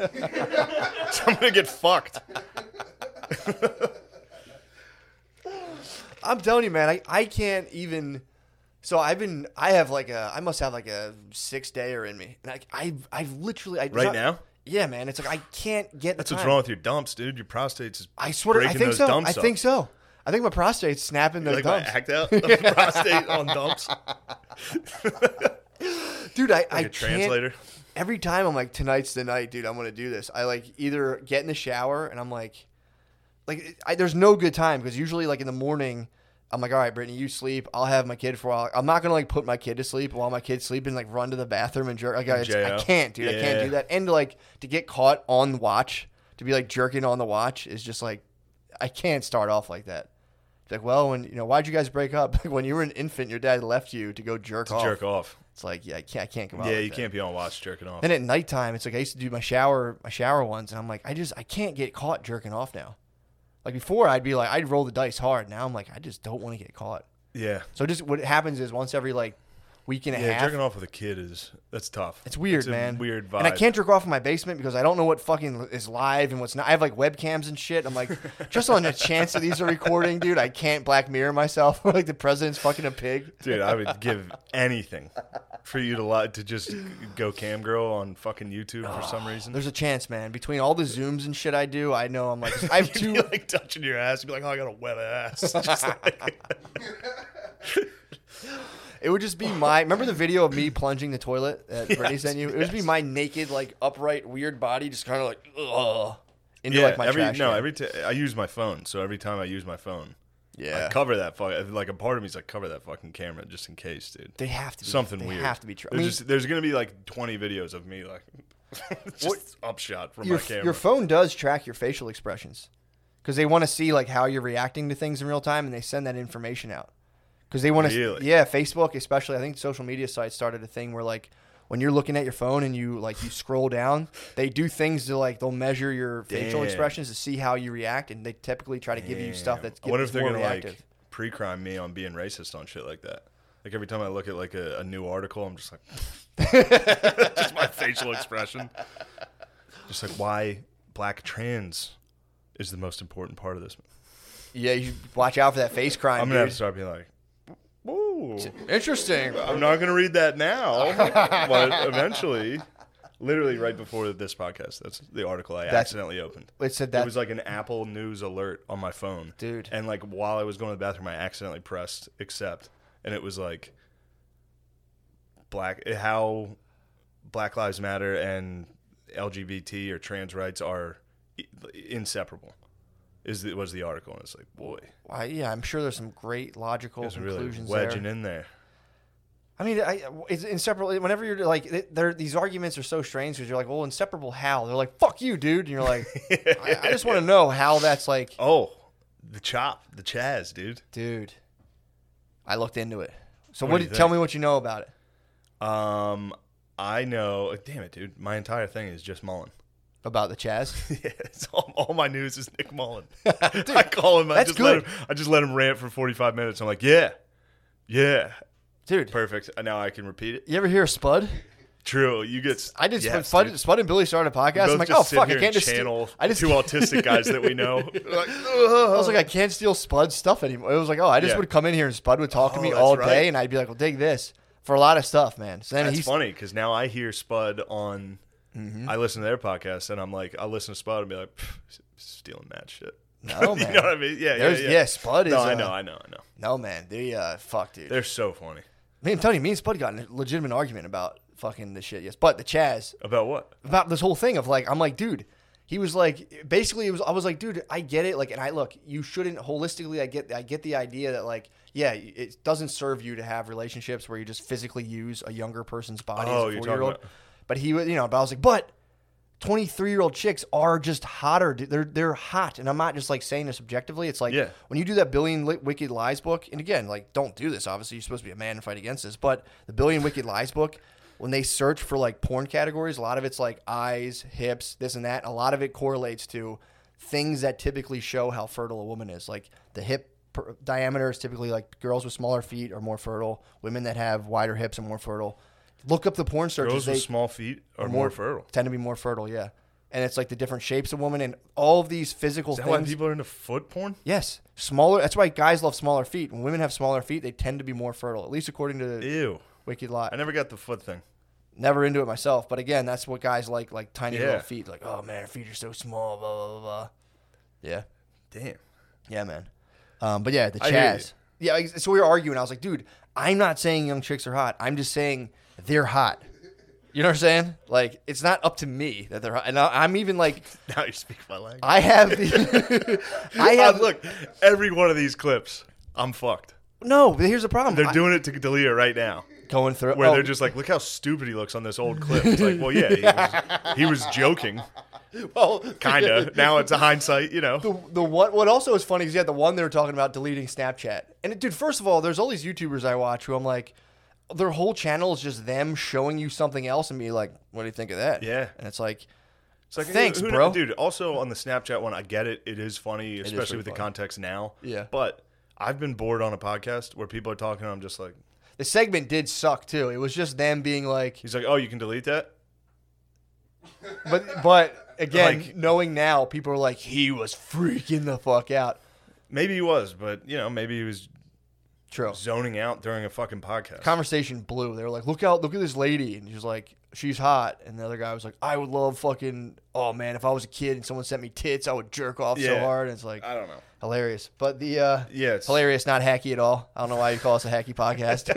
Speaker 2: so I'm gonna get fucked.
Speaker 1: I'm telling you, man, I, I can't even. So I've been, I have like a, I must have like a six dayer in me, and I, I've, I've literally, I,
Speaker 2: Right now?
Speaker 1: Yeah, man, it's like I can't get.
Speaker 2: That's what's wrong with your dumps, dude. Your prostate's.
Speaker 1: I swear, to, I
Speaker 2: breaking
Speaker 1: think
Speaker 2: those
Speaker 1: so.
Speaker 2: dumps
Speaker 1: I
Speaker 2: up.
Speaker 1: think so. I think my prostate's snapping those
Speaker 2: like
Speaker 1: dumps,
Speaker 2: my
Speaker 1: *laughs*
Speaker 2: act out of the prostate on dumps. Like
Speaker 1: dude. I, I
Speaker 2: a
Speaker 1: can't-
Speaker 2: translator.
Speaker 1: every time I'm like, tonight's the night, dude. I'm gonna do this. I like either get in the shower and I'm like, like I, there's no good time because usually like in the morning, I'm like, all right, Brittany, you sleep. I'll have my kid for a while. I'm not gonna like put my kid to sleep while my kid's sleeping. Like run to the bathroom and jerk. Like I,
Speaker 2: Jay
Speaker 1: I
Speaker 2: out.
Speaker 1: can't, dude. I can't
Speaker 2: Yeah.
Speaker 1: do that. And like to get caught on watch. to be like jerking on the watch is just like I can't start off like that. It's like, well, when you know, why'd you guys break up? *laughs* Like, when you were an infant, your dad left you to go jerk off.
Speaker 2: jerk off.
Speaker 1: It's like, yeah, I can't, I can't come out.
Speaker 2: yeah,
Speaker 1: like
Speaker 2: you
Speaker 1: that.
Speaker 2: can't be on watch jerking off.
Speaker 1: Then at nighttime, it's like I used to do my shower, my shower ones, and I'm like, I just, I can't get caught jerking off now. Like before, I'd be like, I'd roll the dice hard. Now I'm like, I just don't want to get caught.
Speaker 2: yeah,
Speaker 1: So just what happens is once every like week and a
Speaker 2: yeah,
Speaker 1: half,
Speaker 2: jerking off with a kid is that's tough.
Speaker 1: it's weird,
Speaker 2: It's a
Speaker 1: man.
Speaker 2: Weird vibe.
Speaker 1: And I can't jerk off in my basement because I don't know what fucking is live and what's not. I have like webcams and shit.
Speaker 2: *laughs*
Speaker 1: I'm like, just on the chance that these are recording, dude, I can't black mirror myself. *laughs* like the president's fucking a pig.
Speaker 2: *laughs* Dude, I would give anything for you to li- to just go cam girl on fucking YouTube for
Speaker 1: *sighs*
Speaker 2: some reason. *laughs*
Speaker 1: There's a chance, man. Between all the zooms and shit I do, I know I'm like, I
Speaker 2: *laughs*
Speaker 1: have
Speaker 2: You'd
Speaker 1: two.
Speaker 2: be like touching your ass. You'd be like, "Oh, I got a
Speaker 1: *laughs*
Speaker 2: wet ass." Just *laughs* like-
Speaker 1: It would just be my. Remember the video of me plunging the toilet
Speaker 2: *laughs*
Speaker 1: that Brittany sent you? It would just be my naked, like upright, weird body, just kind of like ugh, into
Speaker 2: yeah,
Speaker 1: like my
Speaker 2: every
Speaker 1: trash.
Speaker 2: no,
Speaker 1: can.
Speaker 2: every t- I use my phone, so every time I use my phone,
Speaker 1: yeah.
Speaker 2: I cover that fucking like a part of me's like cover that fucking camera just in case, dude.
Speaker 1: they have to be,
Speaker 2: Something
Speaker 1: they
Speaker 2: weird.
Speaker 1: Have to be true. I
Speaker 2: There's
Speaker 1: mean,
Speaker 2: just- there's gonna be like 20 videos of me like *laughs* just upshot from
Speaker 1: your,
Speaker 2: my camera.
Speaker 1: your phone does track your facial expressions because they want to see like how you're reacting to things in real time, and they send that information out because they want to.
Speaker 2: Really?
Speaker 1: Yeah, Facebook especially. I think social media sites started a thing where like. When you're looking at your phone and you like you scroll down, they do things to like they'll measure your facial
Speaker 2: Damn.
Speaker 1: expressions to see how you react, and they typically try to give you stuff
Speaker 2: Damn.
Speaker 1: that's
Speaker 2: I wonder if they're
Speaker 1: more
Speaker 2: gonna
Speaker 1: reactive.
Speaker 2: like pre-crime me on being racist on shit like that. Like every time I look at like a, a new article, I'm just like, *laughs* just my facial expression, just like why black trans is the most important part of this.
Speaker 1: Yeah, you watch out for that face crime.
Speaker 2: I'm gonna have to
Speaker 1: dude.
Speaker 2: start being like, whoa,
Speaker 1: Interesting.
Speaker 2: I'm not gonna read
Speaker 1: *laughs*
Speaker 2: that now, but eventually. Literally right before this podcast, that's the article I
Speaker 1: That's-
Speaker 2: accidentally opened.
Speaker 1: It said that.
Speaker 2: it was like an Apple News alert on my phone,
Speaker 1: Dude.
Speaker 2: And like while I was going to the bathroom, I accidentally pressed accept, and it was like black how Black Lives Matter and LGBT or trans rights are i- inseparable. Is the, was the article, and it's like boy,
Speaker 1: Why- yeah, I'm sure there's some great logical
Speaker 2: it's really
Speaker 1: conclusions
Speaker 2: wedging
Speaker 1: there.
Speaker 2: in there.
Speaker 1: I mean, I, it's inseparable. Whenever you're like, they're, these arguments are so strange because you're like, well, inseparable how? They're like, fuck you, dude. And you're like, I, I just want to know how that's
Speaker 2: *laughs*
Speaker 1: like,
Speaker 2: Oh, the chop, the Chaz, dude.
Speaker 1: dude. I looked into it. So
Speaker 2: What
Speaker 1: what?
Speaker 2: do
Speaker 1: did,
Speaker 2: you
Speaker 1: tell
Speaker 2: think?
Speaker 1: me what you know about it.
Speaker 2: Um, I know. Damn it, dude. My entire thing is just Mullen.
Speaker 1: About the
Speaker 2: *laughs*
Speaker 1: Chaz,
Speaker 2: Yeah, it's all, all my news is
Speaker 1: *laughs*
Speaker 2: Nick Mullen. I call him. I
Speaker 1: that's
Speaker 2: just let
Speaker 1: good.
Speaker 2: him. I just let him rant for forty five minutes. I'm like, yeah, yeah,
Speaker 1: dude.
Speaker 2: perfect. And Now I can repeat it.
Speaker 1: You ever hear of Spud?
Speaker 2: True. You get. s-
Speaker 1: I just
Speaker 2: yes,
Speaker 1: Spud,
Speaker 2: dude.
Speaker 1: Spud and Billy started a
Speaker 2: We
Speaker 1: podcast. I'm
Speaker 2: both
Speaker 1: like,
Speaker 2: just
Speaker 1: oh
Speaker 2: sit
Speaker 1: fuck,
Speaker 2: here
Speaker 1: I
Speaker 2: and
Speaker 1: can't just. steal-
Speaker 2: channel
Speaker 1: *laughs* I just
Speaker 2: two autistic guys that
Speaker 1: *laughs*
Speaker 2: we know. Like,
Speaker 1: I was like, I can't steal Spud's stuff anymore. It was like, oh, I just
Speaker 2: Yeah.
Speaker 1: would come in here and Spud would talk to
Speaker 2: Oh,
Speaker 1: me
Speaker 2: that's
Speaker 1: all day,
Speaker 2: right.
Speaker 1: and I'd be like, well, dig this for a lot of stuff, man. So then
Speaker 2: That's
Speaker 1: he's Mm-hmm.
Speaker 2: funny because now I hear Spud on. I listen to their podcast and I'm like, I listen to Spud and be like, "Pff, s- stealing that shit.
Speaker 1: No,
Speaker 2: *laughs* you
Speaker 1: man.
Speaker 2: know what I mean? Yeah,
Speaker 1: There's-
Speaker 2: yeah, yeah.
Speaker 1: yeah, Spud
Speaker 2: No,
Speaker 1: is,
Speaker 2: I
Speaker 1: uh,
Speaker 2: know, I know, I know.
Speaker 1: no man. They uh, fuck, dude.
Speaker 2: They're so funny.
Speaker 1: Man, I'm telling you, me and Spud got in a legitimate argument about fucking this shit. Yes, but the Chaz
Speaker 2: About what?
Speaker 1: about this whole thing of like, I'm like, dude. He was like, basically, it was. I was like, dude, I get it. Like, and I look, you shouldn't holistically. I get, I get the idea that like, yeah, it doesn't serve you to have relationships where you just physically use a younger person's body.
Speaker 2: Oh,
Speaker 1: as a
Speaker 2: you're talking
Speaker 1: four year old.
Speaker 2: about-
Speaker 1: But he, was, you know, but I was like, but 23 year old chicks are just hotter. dude. They're they're hot, and I'm not just like saying this objectively. It's like
Speaker 2: Yeah.
Speaker 1: when you do that billion li- wicked lies book, and again, like don't do this. Obviously, you're supposed to be a man and fight against this. But the billion wicked lies book, when they search for like porn categories, a lot of it's like eyes, hips, this and that. A lot of it correlates to things that typically show how fertile a woman is. Like the hip per- diameter is typically like girls with smaller feet are more fertile. Women that have wider hips are more fertile. Look up the porn searches.
Speaker 2: Girls
Speaker 1: they,
Speaker 2: with small feet are more, fertile.
Speaker 1: Tend to be more fertile, yeah. And it's like the different shapes of women and all of these physical
Speaker 2: Is that why
Speaker 1: things.
Speaker 2: people are into foot porn?
Speaker 1: yes, smaller. That's why guys love smaller feet. When women have smaller feet, they tend to be more fertile, at least according to the
Speaker 2: Ew.
Speaker 1: Wicked Lot.
Speaker 2: I never got the foot thing.
Speaker 1: Never into it myself, but again, that's what guys like, like tiny
Speaker 2: Yeah.
Speaker 1: little feet. Like, oh man, her feet are so small. Blah blah blah. blah. Yeah,
Speaker 2: Damn. *laughs*
Speaker 1: yeah, man. Um, but yeah, the
Speaker 2: I hear
Speaker 1: Chaz. Yeah, ex- so we were arguing. I was like, dude, I'm not saying young chicks are hot. I'm just saying they're hot. You know what I'm saying? Like, it's not up to me that they're hot. And I, I'm even like,
Speaker 2: Now you speak my language.
Speaker 1: I have
Speaker 2: *laughs*
Speaker 1: the. I
Speaker 2: Ah,
Speaker 1: have
Speaker 2: look, every one of these clips, I'm fucked.
Speaker 1: no. But here's the problem.
Speaker 2: They're
Speaker 1: I-
Speaker 2: doing it to Delia right now,
Speaker 1: going through.
Speaker 2: where
Speaker 1: oh, *laughs*
Speaker 2: they're just like, look how stupid he looks on this old clip. It's like, well, yeah, he was, he was joking.
Speaker 1: well,
Speaker 2: Kinda. now it's a hindsight, you know.
Speaker 1: the the one what also is funny is you had the one they were talking about deleting Snapchat. And dude, first of all, there's all these YouTubers I watch who I'm like, their whole channel is just them showing you something else and be like, what do you think of that?
Speaker 2: Yeah.
Speaker 1: and it's like,
Speaker 2: It's like,
Speaker 1: Thanks,
Speaker 2: who- who-
Speaker 1: bro.
Speaker 2: Dude, also on the Snapchat one, I get it. It is funny,
Speaker 1: is
Speaker 2: especially
Speaker 1: pretty
Speaker 2: with
Speaker 1: funny.
Speaker 2: the context now.
Speaker 1: Yeah.
Speaker 2: But I've been bored on a podcast where people are talking, and I'm just like,
Speaker 1: the segment did suck too. It was just them being like,
Speaker 2: he's like, oh, you can delete that?
Speaker 1: but but again,
Speaker 2: Like-
Speaker 1: knowing now, people are like, he was freaking the fuck out.
Speaker 2: Maybe he was, but, you know, maybe he was
Speaker 1: True.
Speaker 2: zoning out during a fucking podcast.
Speaker 1: Conversation blew. They were like, look out, look at this lady, and she's like, she's hot. And the other guy was like, I would love fucking. Oh man, if I was a kid and someone sent me tits, I would jerk off so
Speaker 2: Yeah.
Speaker 1: hard. And it's like,
Speaker 2: I don't know.
Speaker 1: Hilarious. But the uh
Speaker 2: Yeah, it's-
Speaker 1: hilarious, not hacky at all. I don't know why you call us a hacky
Speaker 2: *laughs*
Speaker 1: podcast. *laughs*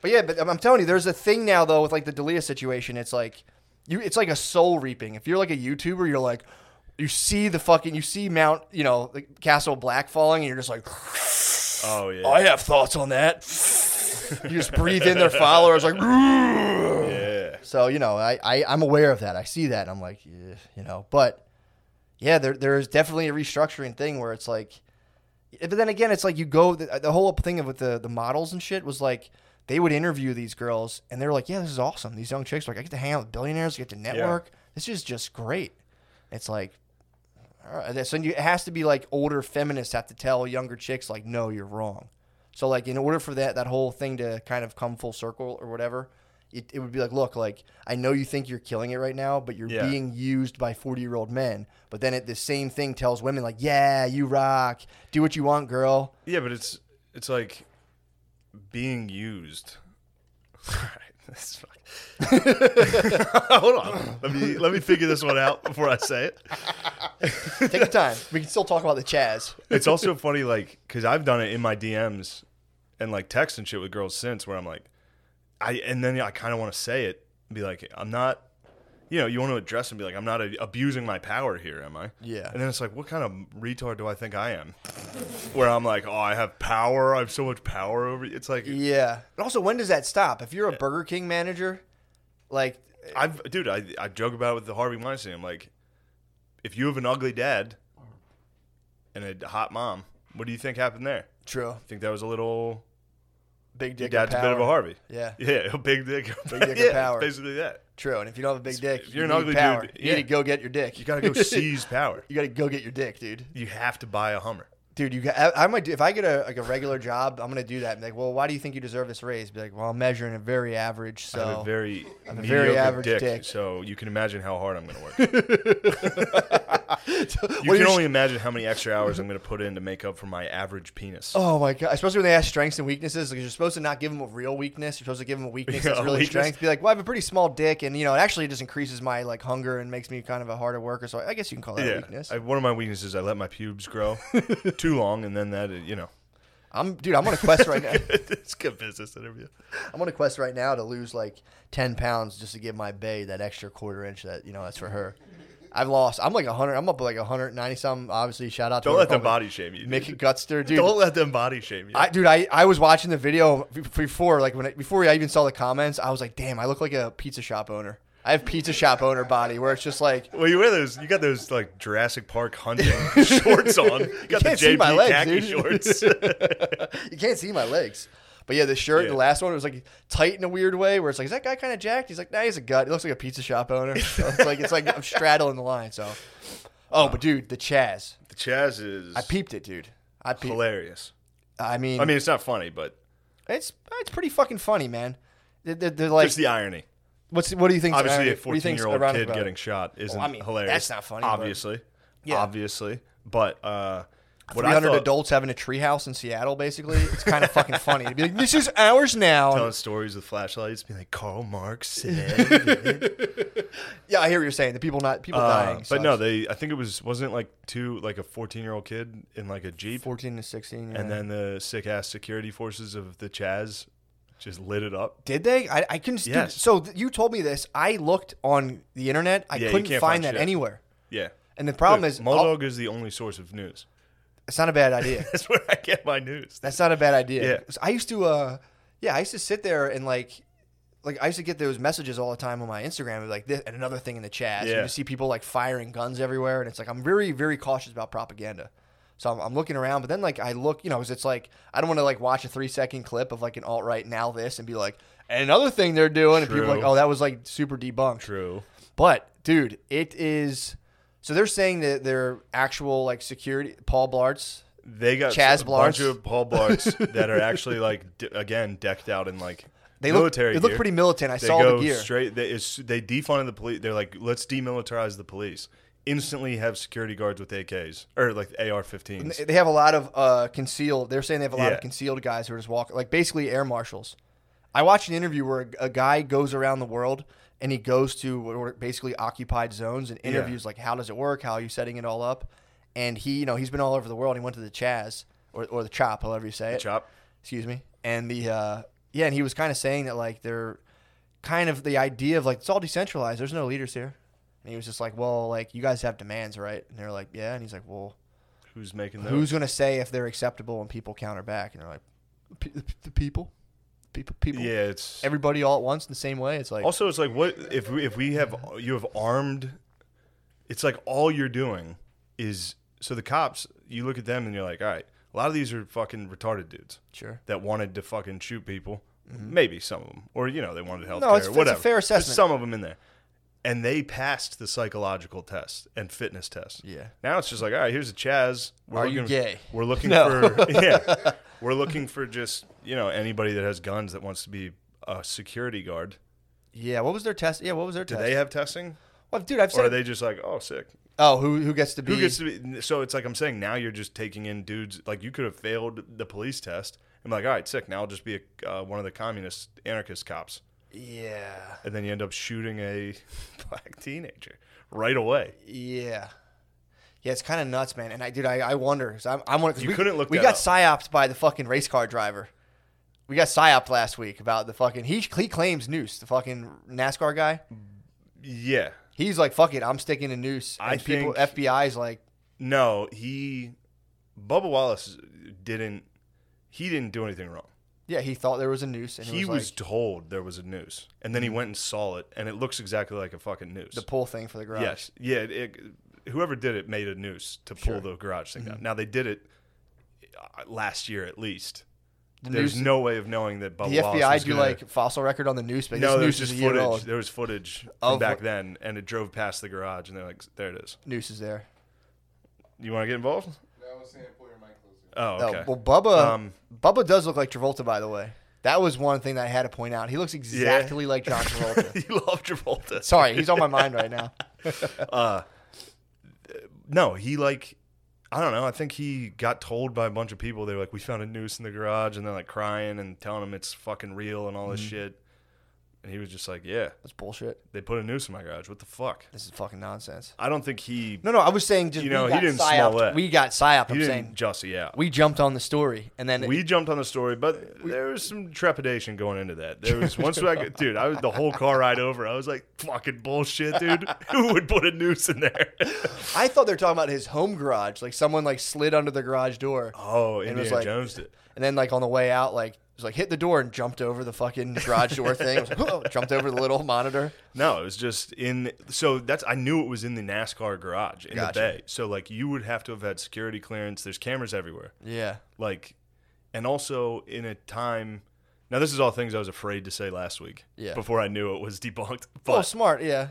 Speaker 1: but yeah, but I'm I'm telling you, there's a thing now though with like the Dalia situation. It's like you it's like a soul reaping. If you're like a YouTuber, you're like you see the fucking you see Mount, you know, the Castle Black falling and you're just like
Speaker 2: Oh, yeah.
Speaker 1: I have thoughts on that. you just breathe in their followers like *laughs*
Speaker 2: yeah.
Speaker 1: so you know, I, I I'm aware of that. I see that. And I'm like, yeah, you know, but yeah, there there is definitely a restructuring thing where it's like, eh, but then again, it's like you go the, the whole thing of with the the models and shit was like they would interview these girls and they were like, yeah, this is awesome. These young chicks like I get to hang out with billionaires, get to network. This is just great. It's like. all right, So you- it has to be like older feminists have to tell younger chicks like, no, you're wrong. So like in order for that that whole thing to kind of come full circle or whatever, it, it would be like, look, like I know you think you're killing it right now, but you're
Speaker 2: Yeah.
Speaker 1: being used by 40 year old men. But then it, the same thing tells women like, yeah, you rock, do what you want, girl.
Speaker 2: Yeah, but it's it's like being used. *laughs* Alright, that's fuck- *laughs* Hold on. Let me let me figure this one out before I say it.
Speaker 1: Take your time. We can still talk about the Chaz.
Speaker 2: It's also funny, like, because I've done it in my DMs and like text and shit with girls since, where I'm like, I and then I kind of want to say it, and be like, I'm not, you know, you want to address and be like, I'm not a, abusing my power here, am I?
Speaker 1: Yeah.
Speaker 2: And then it's like, what kind of retard do I think I am? where I'm like, oh, I have power. I have so much power over. You. It's like,
Speaker 1: Yeah. But also, when does that stop? If you're a Burger King manager, like,
Speaker 2: I've dude, I I joke about it with the Harvey Weinstein. I'm like, if you have an ugly dad and a hot mom, what do you think happened there?
Speaker 1: true.
Speaker 2: I think that was a little.
Speaker 1: Big
Speaker 2: Your
Speaker 1: dick. and
Speaker 2: dad's a bit of a
Speaker 1: power.
Speaker 2: Harvey.
Speaker 1: Yeah.
Speaker 2: Yeah, *laughs* a big dick.
Speaker 1: Big dick and
Speaker 2: *laughs* yeah,
Speaker 1: power.
Speaker 2: Basically that.
Speaker 1: True. And if you don't have a big dick,
Speaker 2: if you're an
Speaker 1: you need
Speaker 2: ugly
Speaker 1: power.
Speaker 2: dude,
Speaker 1: you
Speaker 2: yeah.
Speaker 1: need to go get your dick.
Speaker 2: You gotta *laughs*
Speaker 1: *laughs*
Speaker 2: go seize power.
Speaker 1: you gotta go get your dick, dude.
Speaker 2: You have to buy a Hummer.
Speaker 1: dude, you got, I, I might do, if I get a like a regular job, I'm gonna do that. Be like, well, why do you think you deserve this raise? Be like, well, I'm measuring a very average,
Speaker 2: I have a
Speaker 1: so
Speaker 2: very
Speaker 1: Oh, I'm a very
Speaker 2: mediocre
Speaker 1: average
Speaker 2: dick,
Speaker 1: dick.
Speaker 2: so you can imagine how hard I'm going
Speaker 1: *laughs*
Speaker 2: to work. *laughs* You
Speaker 1: What are
Speaker 2: can
Speaker 1: your-
Speaker 2: only imagine how many extra hours I'm going to put in to make up for my average penis.
Speaker 1: Oh my god! Especially when they ask strengths and weaknesses, because you're supposed to not give them a real weakness. You're supposed to give them a
Speaker 2: *laughs*
Speaker 1: weakness that's
Speaker 2: Yeah,
Speaker 1: really a
Speaker 2: weakness.
Speaker 1: strength. Be like, well, I have a pretty small dick, and you know, it actually just increases my like hunger and makes me kind of a harder worker. So I guess you can call that a
Speaker 2: yeah.
Speaker 1: weakness.
Speaker 2: I, one of my weaknesses is I let my
Speaker 1: *laughs*
Speaker 2: pubes grow too long, and then that, uh, you know.
Speaker 1: I'm dude. I'm on a quest right
Speaker 2: *laughs*
Speaker 1: now.
Speaker 2: it's good business interview.
Speaker 1: I'm on a quest right now to lose like ten pounds just to give my bae that extra quarter inch that you know that's for her. I've lost. I'm like hundred. I'm up like 190 something. Obviously, shout out to
Speaker 2: Don't
Speaker 1: her
Speaker 2: let them
Speaker 1: company.
Speaker 2: body shame you.
Speaker 1: Mick
Speaker 2: dude.
Speaker 1: Gutster, dude.
Speaker 2: Don't let them body shame you.
Speaker 1: I, dude, I, I was watching the video b- before, like when I, before I even saw the comments, I was like, damn, I look like a pizza shop owner. I have pizza shop owner body where it's just like
Speaker 2: well, you wear those. You got those like Jurassic
Speaker 1: *laughs*
Speaker 2: Park hunting shorts on. You got
Speaker 1: can't
Speaker 2: the
Speaker 1: see
Speaker 2: JP
Speaker 1: my legs,
Speaker 2: khaki
Speaker 1: dude. *laughs*
Speaker 2: shorts.
Speaker 1: you can't see my legs. But yeah, the shirt, the
Speaker 2: Yeah.
Speaker 1: last one, it was like tight in a weird way where it's like, is that guy kind of jacked? He's like, nah, he's a gut. He looks like a pizza shop
Speaker 2: *laughs*
Speaker 1: owner. So it's like it's like I'm straddling the line. So, oh, but dude, the Chaz,
Speaker 2: The Chaz is
Speaker 1: I peeped it, dude. I peeped.
Speaker 2: hilarious.
Speaker 1: I mean,
Speaker 2: I mean, it's not funny, but
Speaker 1: it's it's pretty fucking funny, man. They're, they're, they're like,
Speaker 2: just the irony.
Speaker 1: what's what do you think?
Speaker 2: Obviously, a 14 year old kid getting shot isn't
Speaker 1: I mean,
Speaker 2: hilarious.
Speaker 1: that's not funny, but-
Speaker 2: Obviously.
Speaker 1: Yeah.
Speaker 2: Obviously. But uh, what I
Speaker 1: 300
Speaker 2: thought,
Speaker 1: adults having a treehouse in Seattle, basically. It's kind of fucking funny. To be like, this is ours
Speaker 2: *laughs*
Speaker 1: now.
Speaker 2: telling stories with flashlights, being like, Karl
Speaker 1: *laughs*
Speaker 2: Marx said.
Speaker 1: yeah, I hear what you're saying. The people not people
Speaker 2: Uh,
Speaker 1: dying.
Speaker 2: but no, they. I think it was wasn't it like two, like a 14 year old kid in like a jeep,
Speaker 1: 14 to 16. yeah.
Speaker 2: and then the sick ass security forces of the Chaz just lit it up.
Speaker 1: did they? I, I couldn't. dude,
Speaker 2: Yes.
Speaker 1: so th- you told me this. I looked on the internet. I
Speaker 2: Yeah, you
Speaker 1: couldn't find,
Speaker 2: can't find
Speaker 1: that
Speaker 2: shit.
Speaker 1: anywhere.
Speaker 2: Yeah.
Speaker 1: And the problem
Speaker 2: Look,
Speaker 1: is, I'll-
Speaker 2: Moldog is the only source of news. *laughs*
Speaker 1: it's not a bad idea.
Speaker 2: That's where I get my news.
Speaker 1: That's not a bad idea.
Speaker 2: *laughs* Yeah.
Speaker 1: So I used to, uh, yeah, I used to sit there and like, like I used to get those messages all the time on my Instagram, like this and another thing in the chat. So you
Speaker 2: Yeah.
Speaker 1: just see people like firing guns everywhere, and it's like I'm very, very cautious about propaganda. So I'm, I'm looking around, but then like I look, you know, 'cause it's like I don't want to like watch a three second clip of like an alt right now this and be like, and another thing they're doing, and people are like,
Speaker 2: True.
Speaker 1: oh, that was like super debunked.
Speaker 2: True.
Speaker 1: But dude, it is. So they're saying that their actual like security, Paul Blart's.
Speaker 2: They got
Speaker 1: Chaz
Speaker 2: a bunch
Speaker 1: Blarts.
Speaker 2: of Paul
Speaker 1: *laughs*
Speaker 2: Blarts that are actually like d- again decked out in like
Speaker 1: They look.
Speaker 2: military.
Speaker 1: They look
Speaker 2: gear.
Speaker 1: pretty militant. I
Speaker 2: They
Speaker 1: saw
Speaker 2: go
Speaker 1: the gear.
Speaker 2: straight. They, it's, they defunded the police. They're like, let's demilitarize the police. Instantly have security guards with AKs or like AR-15s.
Speaker 1: They have a lot of uh, concealed. They're saying they have a lot
Speaker 2: Yeah.
Speaker 1: of concealed guys who are just walking, like basically air marshals. I watched an interview where a, a guy goes around the world and he goes to what are basically occupied zones and interviews like, how does it work? How are you setting it all up? And he, you know, he's been all over the world. He went to the Chaz or, or the Chop, however you say it.
Speaker 2: Chop.
Speaker 1: excuse me and the uh yeah and he was kind of saying that like they're kind of the idea of like it's all decentralized there's no leaders here and he was just like well like you guys have demands right and they're like yeah and he's like well
Speaker 2: Who's making those?
Speaker 1: who's going to say if they're acceptable when people counter back and they're like "P- the, the people people people
Speaker 2: yeah, it's
Speaker 1: everybody all at once in the same way it's like
Speaker 2: also it's like what if we if we have you have armed. It's like all you're doing is so the cops. You look at them and you're like, all right, a lot of these are fucking retarded dudes
Speaker 1: sure
Speaker 2: that wanted to fucking shoot people. Maybe some of them, or you know, they wanted health
Speaker 1: Mm-hmm. No, it's-
Speaker 2: care.
Speaker 1: it's a
Speaker 2: whatever.
Speaker 1: fair
Speaker 2: There's
Speaker 1: assessment.
Speaker 2: some of them in there, and they passed the psychological test and fitness test.
Speaker 1: Yeah.
Speaker 2: Now it's just like, all right, here's a Chaz. We're
Speaker 1: Are
Speaker 2: looking,
Speaker 1: you gay?
Speaker 2: We're looking
Speaker 1: No. *laughs*
Speaker 2: for yeah. We're looking for just you know anybody that has guns that wants to be a security guard.
Speaker 1: yeah what was their test yeah what was their
Speaker 2: Do
Speaker 1: test
Speaker 2: they have testing,
Speaker 1: well, dude i've
Speaker 2: or
Speaker 1: said
Speaker 2: are they just like, oh, sick?
Speaker 1: oh who who gets to be
Speaker 2: Who gets to be? So it's like I'm saying now you're just taking in dudes. Like you could have failed the police test. I'm like, all right, sick. Now I'll just be a, uh, one of the communist anarchist cops.
Speaker 1: yeah
Speaker 2: and then you end up shooting a *laughs* black teenager right away.
Speaker 1: Yeah. Yeah, it's kind of nuts, man. And I, dude, I, I wonder. 'cause I'm, I'm one. 'cause
Speaker 2: You
Speaker 1: we,
Speaker 2: couldn't look
Speaker 1: We
Speaker 2: that
Speaker 1: got
Speaker 2: up.
Speaker 1: psyoped by the fucking race car driver. We got psyoped last week about the fucking. He he claims Noose, the fucking NASCAR guy.
Speaker 2: Yeah.
Speaker 1: He's like, fuck it, I'm sticking to Noose. And
Speaker 2: I
Speaker 1: people,
Speaker 2: think-
Speaker 1: FBI's like,
Speaker 2: No, he Bubba Wallace didn't he didn't do anything wrong.
Speaker 1: yeah, he thought there was a noose, and
Speaker 2: He, was,
Speaker 1: was, like, Mm-hmm.
Speaker 2: told there was a noose. And then he went and saw it and it looks exactly like a fucking noose.
Speaker 1: the pull thing for the garage.
Speaker 2: yes. Yeah, it, it- whoever did it made a noose to pull the garage thing
Speaker 1: Mm-hmm.
Speaker 2: down. Now they did it uh, last year at least.
Speaker 1: the
Speaker 2: There's
Speaker 1: noose.
Speaker 2: no way of knowing that Bubba
Speaker 1: the
Speaker 2: Wallace
Speaker 1: FBI
Speaker 2: was
Speaker 1: do
Speaker 2: gonna-
Speaker 1: like fossil record on the noose, but
Speaker 2: no,
Speaker 1: this
Speaker 2: there was
Speaker 1: noose is
Speaker 2: just
Speaker 1: a year
Speaker 2: footage.
Speaker 1: old.
Speaker 2: There was footage
Speaker 1: Of
Speaker 2: from back
Speaker 1: what-
Speaker 2: then, and it drove past the garage, and they're like, "There it is."
Speaker 1: Noose is there.
Speaker 2: You want to get involved?
Speaker 3: I was saying pull your mic closer.
Speaker 2: Oh, okay. *laughs*
Speaker 1: Oh, well, Bubba,
Speaker 2: Um,
Speaker 1: Bubba does look like Travolta, by the way. That was one thing that I had to point out. He looks exactly like John
Speaker 2: *laughs*
Speaker 1: Travolta.
Speaker 2: you love Travolta.
Speaker 1: Sorry, he's on my mind right now.
Speaker 2: No, he like, I don't know. I think he got told by a bunch of people. They were like, "We found a noose in the garage," and they're like crying and telling him it's fucking real and all
Speaker 1: Mm-hmm.
Speaker 2: this shit. And he was just like, "Yeah,
Speaker 1: That's bullshit.
Speaker 2: they put a noose in my garage. What the fuck?"
Speaker 1: This is fucking nonsense.
Speaker 2: I don't think he
Speaker 1: No, no, I was saying just
Speaker 2: You know,
Speaker 1: we
Speaker 2: he
Speaker 1: got
Speaker 2: didn't
Speaker 1: psyoped.
Speaker 2: smell it.
Speaker 1: We got psyoped.
Speaker 2: he
Speaker 1: I'm
Speaker 2: didn't
Speaker 1: saying
Speaker 2: Jussie out.
Speaker 1: we jumped on the story, and then
Speaker 2: We jumped on the story, but there was some trepidation going into that. There
Speaker 1: *laughs*
Speaker 2: was once I got, dude, I was the whole car ride over. I was like, fucking
Speaker 1: *laughs*
Speaker 2: bullshit, dude. Who would put a noose in there?
Speaker 1: I thought they were talking about his home garage. Like someone like slid under the garage door,
Speaker 2: Oh,
Speaker 1: it
Speaker 2: Indiana
Speaker 1: was like-
Speaker 2: Jones did.
Speaker 1: and then like on the way out, like it was like hit the door and jumped over the fucking garage door thing. It was like, "Whoa," jumped over the little monitor.
Speaker 2: No, it was just in. So that's I knew it was in the NASCAR garage in
Speaker 1: Gotcha.
Speaker 2: the bay. So like you would have to have had security clearance. There's cameras everywhere.
Speaker 1: Yeah,
Speaker 2: Like, and also in a time. Now this is all things I was afraid to say last week.
Speaker 1: Yeah.
Speaker 2: Before I knew it was debunked.
Speaker 1: oh
Speaker 2: But
Speaker 1: smart. Yeah,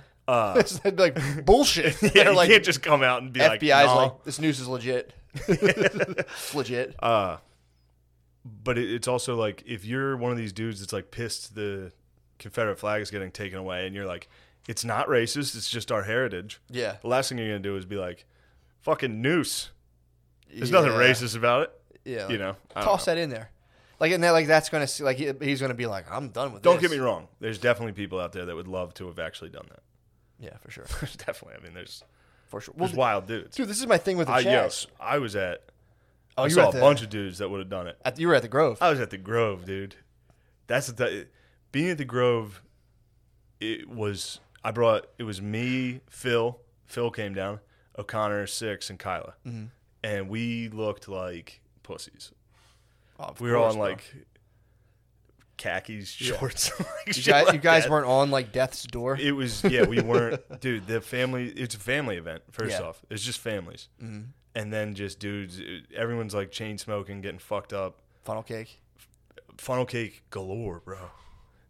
Speaker 1: *laughs*
Speaker 2: uh,
Speaker 1: It's like bullshit.
Speaker 2: *laughs* yeah,
Speaker 1: They're
Speaker 2: you
Speaker 1: like
Speaker 2: can't just come out and be like,
Speaker 1: FBI's
Speaker 2: "Nah."
Speaker 1: like this news is
Speaker 2: *laughs*
Speaker 1: legit. it's legit.
Speaker 2: Uh, but it, it's also like if you're one of these dudes that's like pissed the Confederate flag is getting taken away, and you're like, it's not racist, it's just our heritage.
Speaker 1: Yeah,
Speaker 2: The last thing you're gonna do is be like, fucking noose. There's nothing
Speaker 1: Yeah.
Speaker 2: racist about it.
Speaker 1: Yeah,
Speaker 2: You know, I don't
Speaker 1: toss
Speaker 2: know.
Speaker 1: that in there. Like and that, like that's gonna see, like he- he's gonna be like, I'm done with.
Speaker 2: Don't
Speaker 1: this.
Speaker 2: get me wrong. There's definitely people out there that would love to have actually done that. *laughs*
Speaker 1: Yeah, for sure,
Speaker 2: There's definitely. I mean, there's
Speaker 1: for sure. Well,
Speaker 2: there's wild dudes.
Speaker 1: dude, this is my thing with the
Speaker 2: I,
Speaker 1: Chaz.
Speaker 2: yes, I was at.
Speaker 1: oh,
Speaker 2: I
Speaker 1: you
Speaker 2: saw
Speaker 1: were
Speaker 2: a
Speaker 1: at
Speaker 2: bunch
Speaker 1: the,
Speaker 2: of dudes that would have done it.
Speaker 1: At, you were at the Grove.
Speaker 2: I was at the Grove, dude. That's the th- being at the Grove. It was I brought it was me, Phil. Phil came down, O'Connor, six, and Kyla,
Speaker 1: Mm-hmm.
Speaker 2: and we looked like pussies.
Speaker 1: Oh, of
Speaker 2: We were
Speaker 1: course,
Speaker 2: on
Speaker 1: bro.
Speaker 2: like khakis, shorts. *laughs* like
Speaker 1: You
Speaker 2: shit
Speaker 1: guys,
Speaker 2: like
Speaker 1: you guys
Speaker 2: that.
Speaker 1: weren't on like death's door.
Speaker 2: It was yeah, we weren't, dude. The family, it's a family event. First
Speaker 1: Yeah.
Speaker 2: off, it's just families, mm-hmm. and then just dudes. it- Everyone's like chain smoking, getting fucked up.
Speaker 1: Funnel cake.
Speaker 2: Funnel cake galore, bro.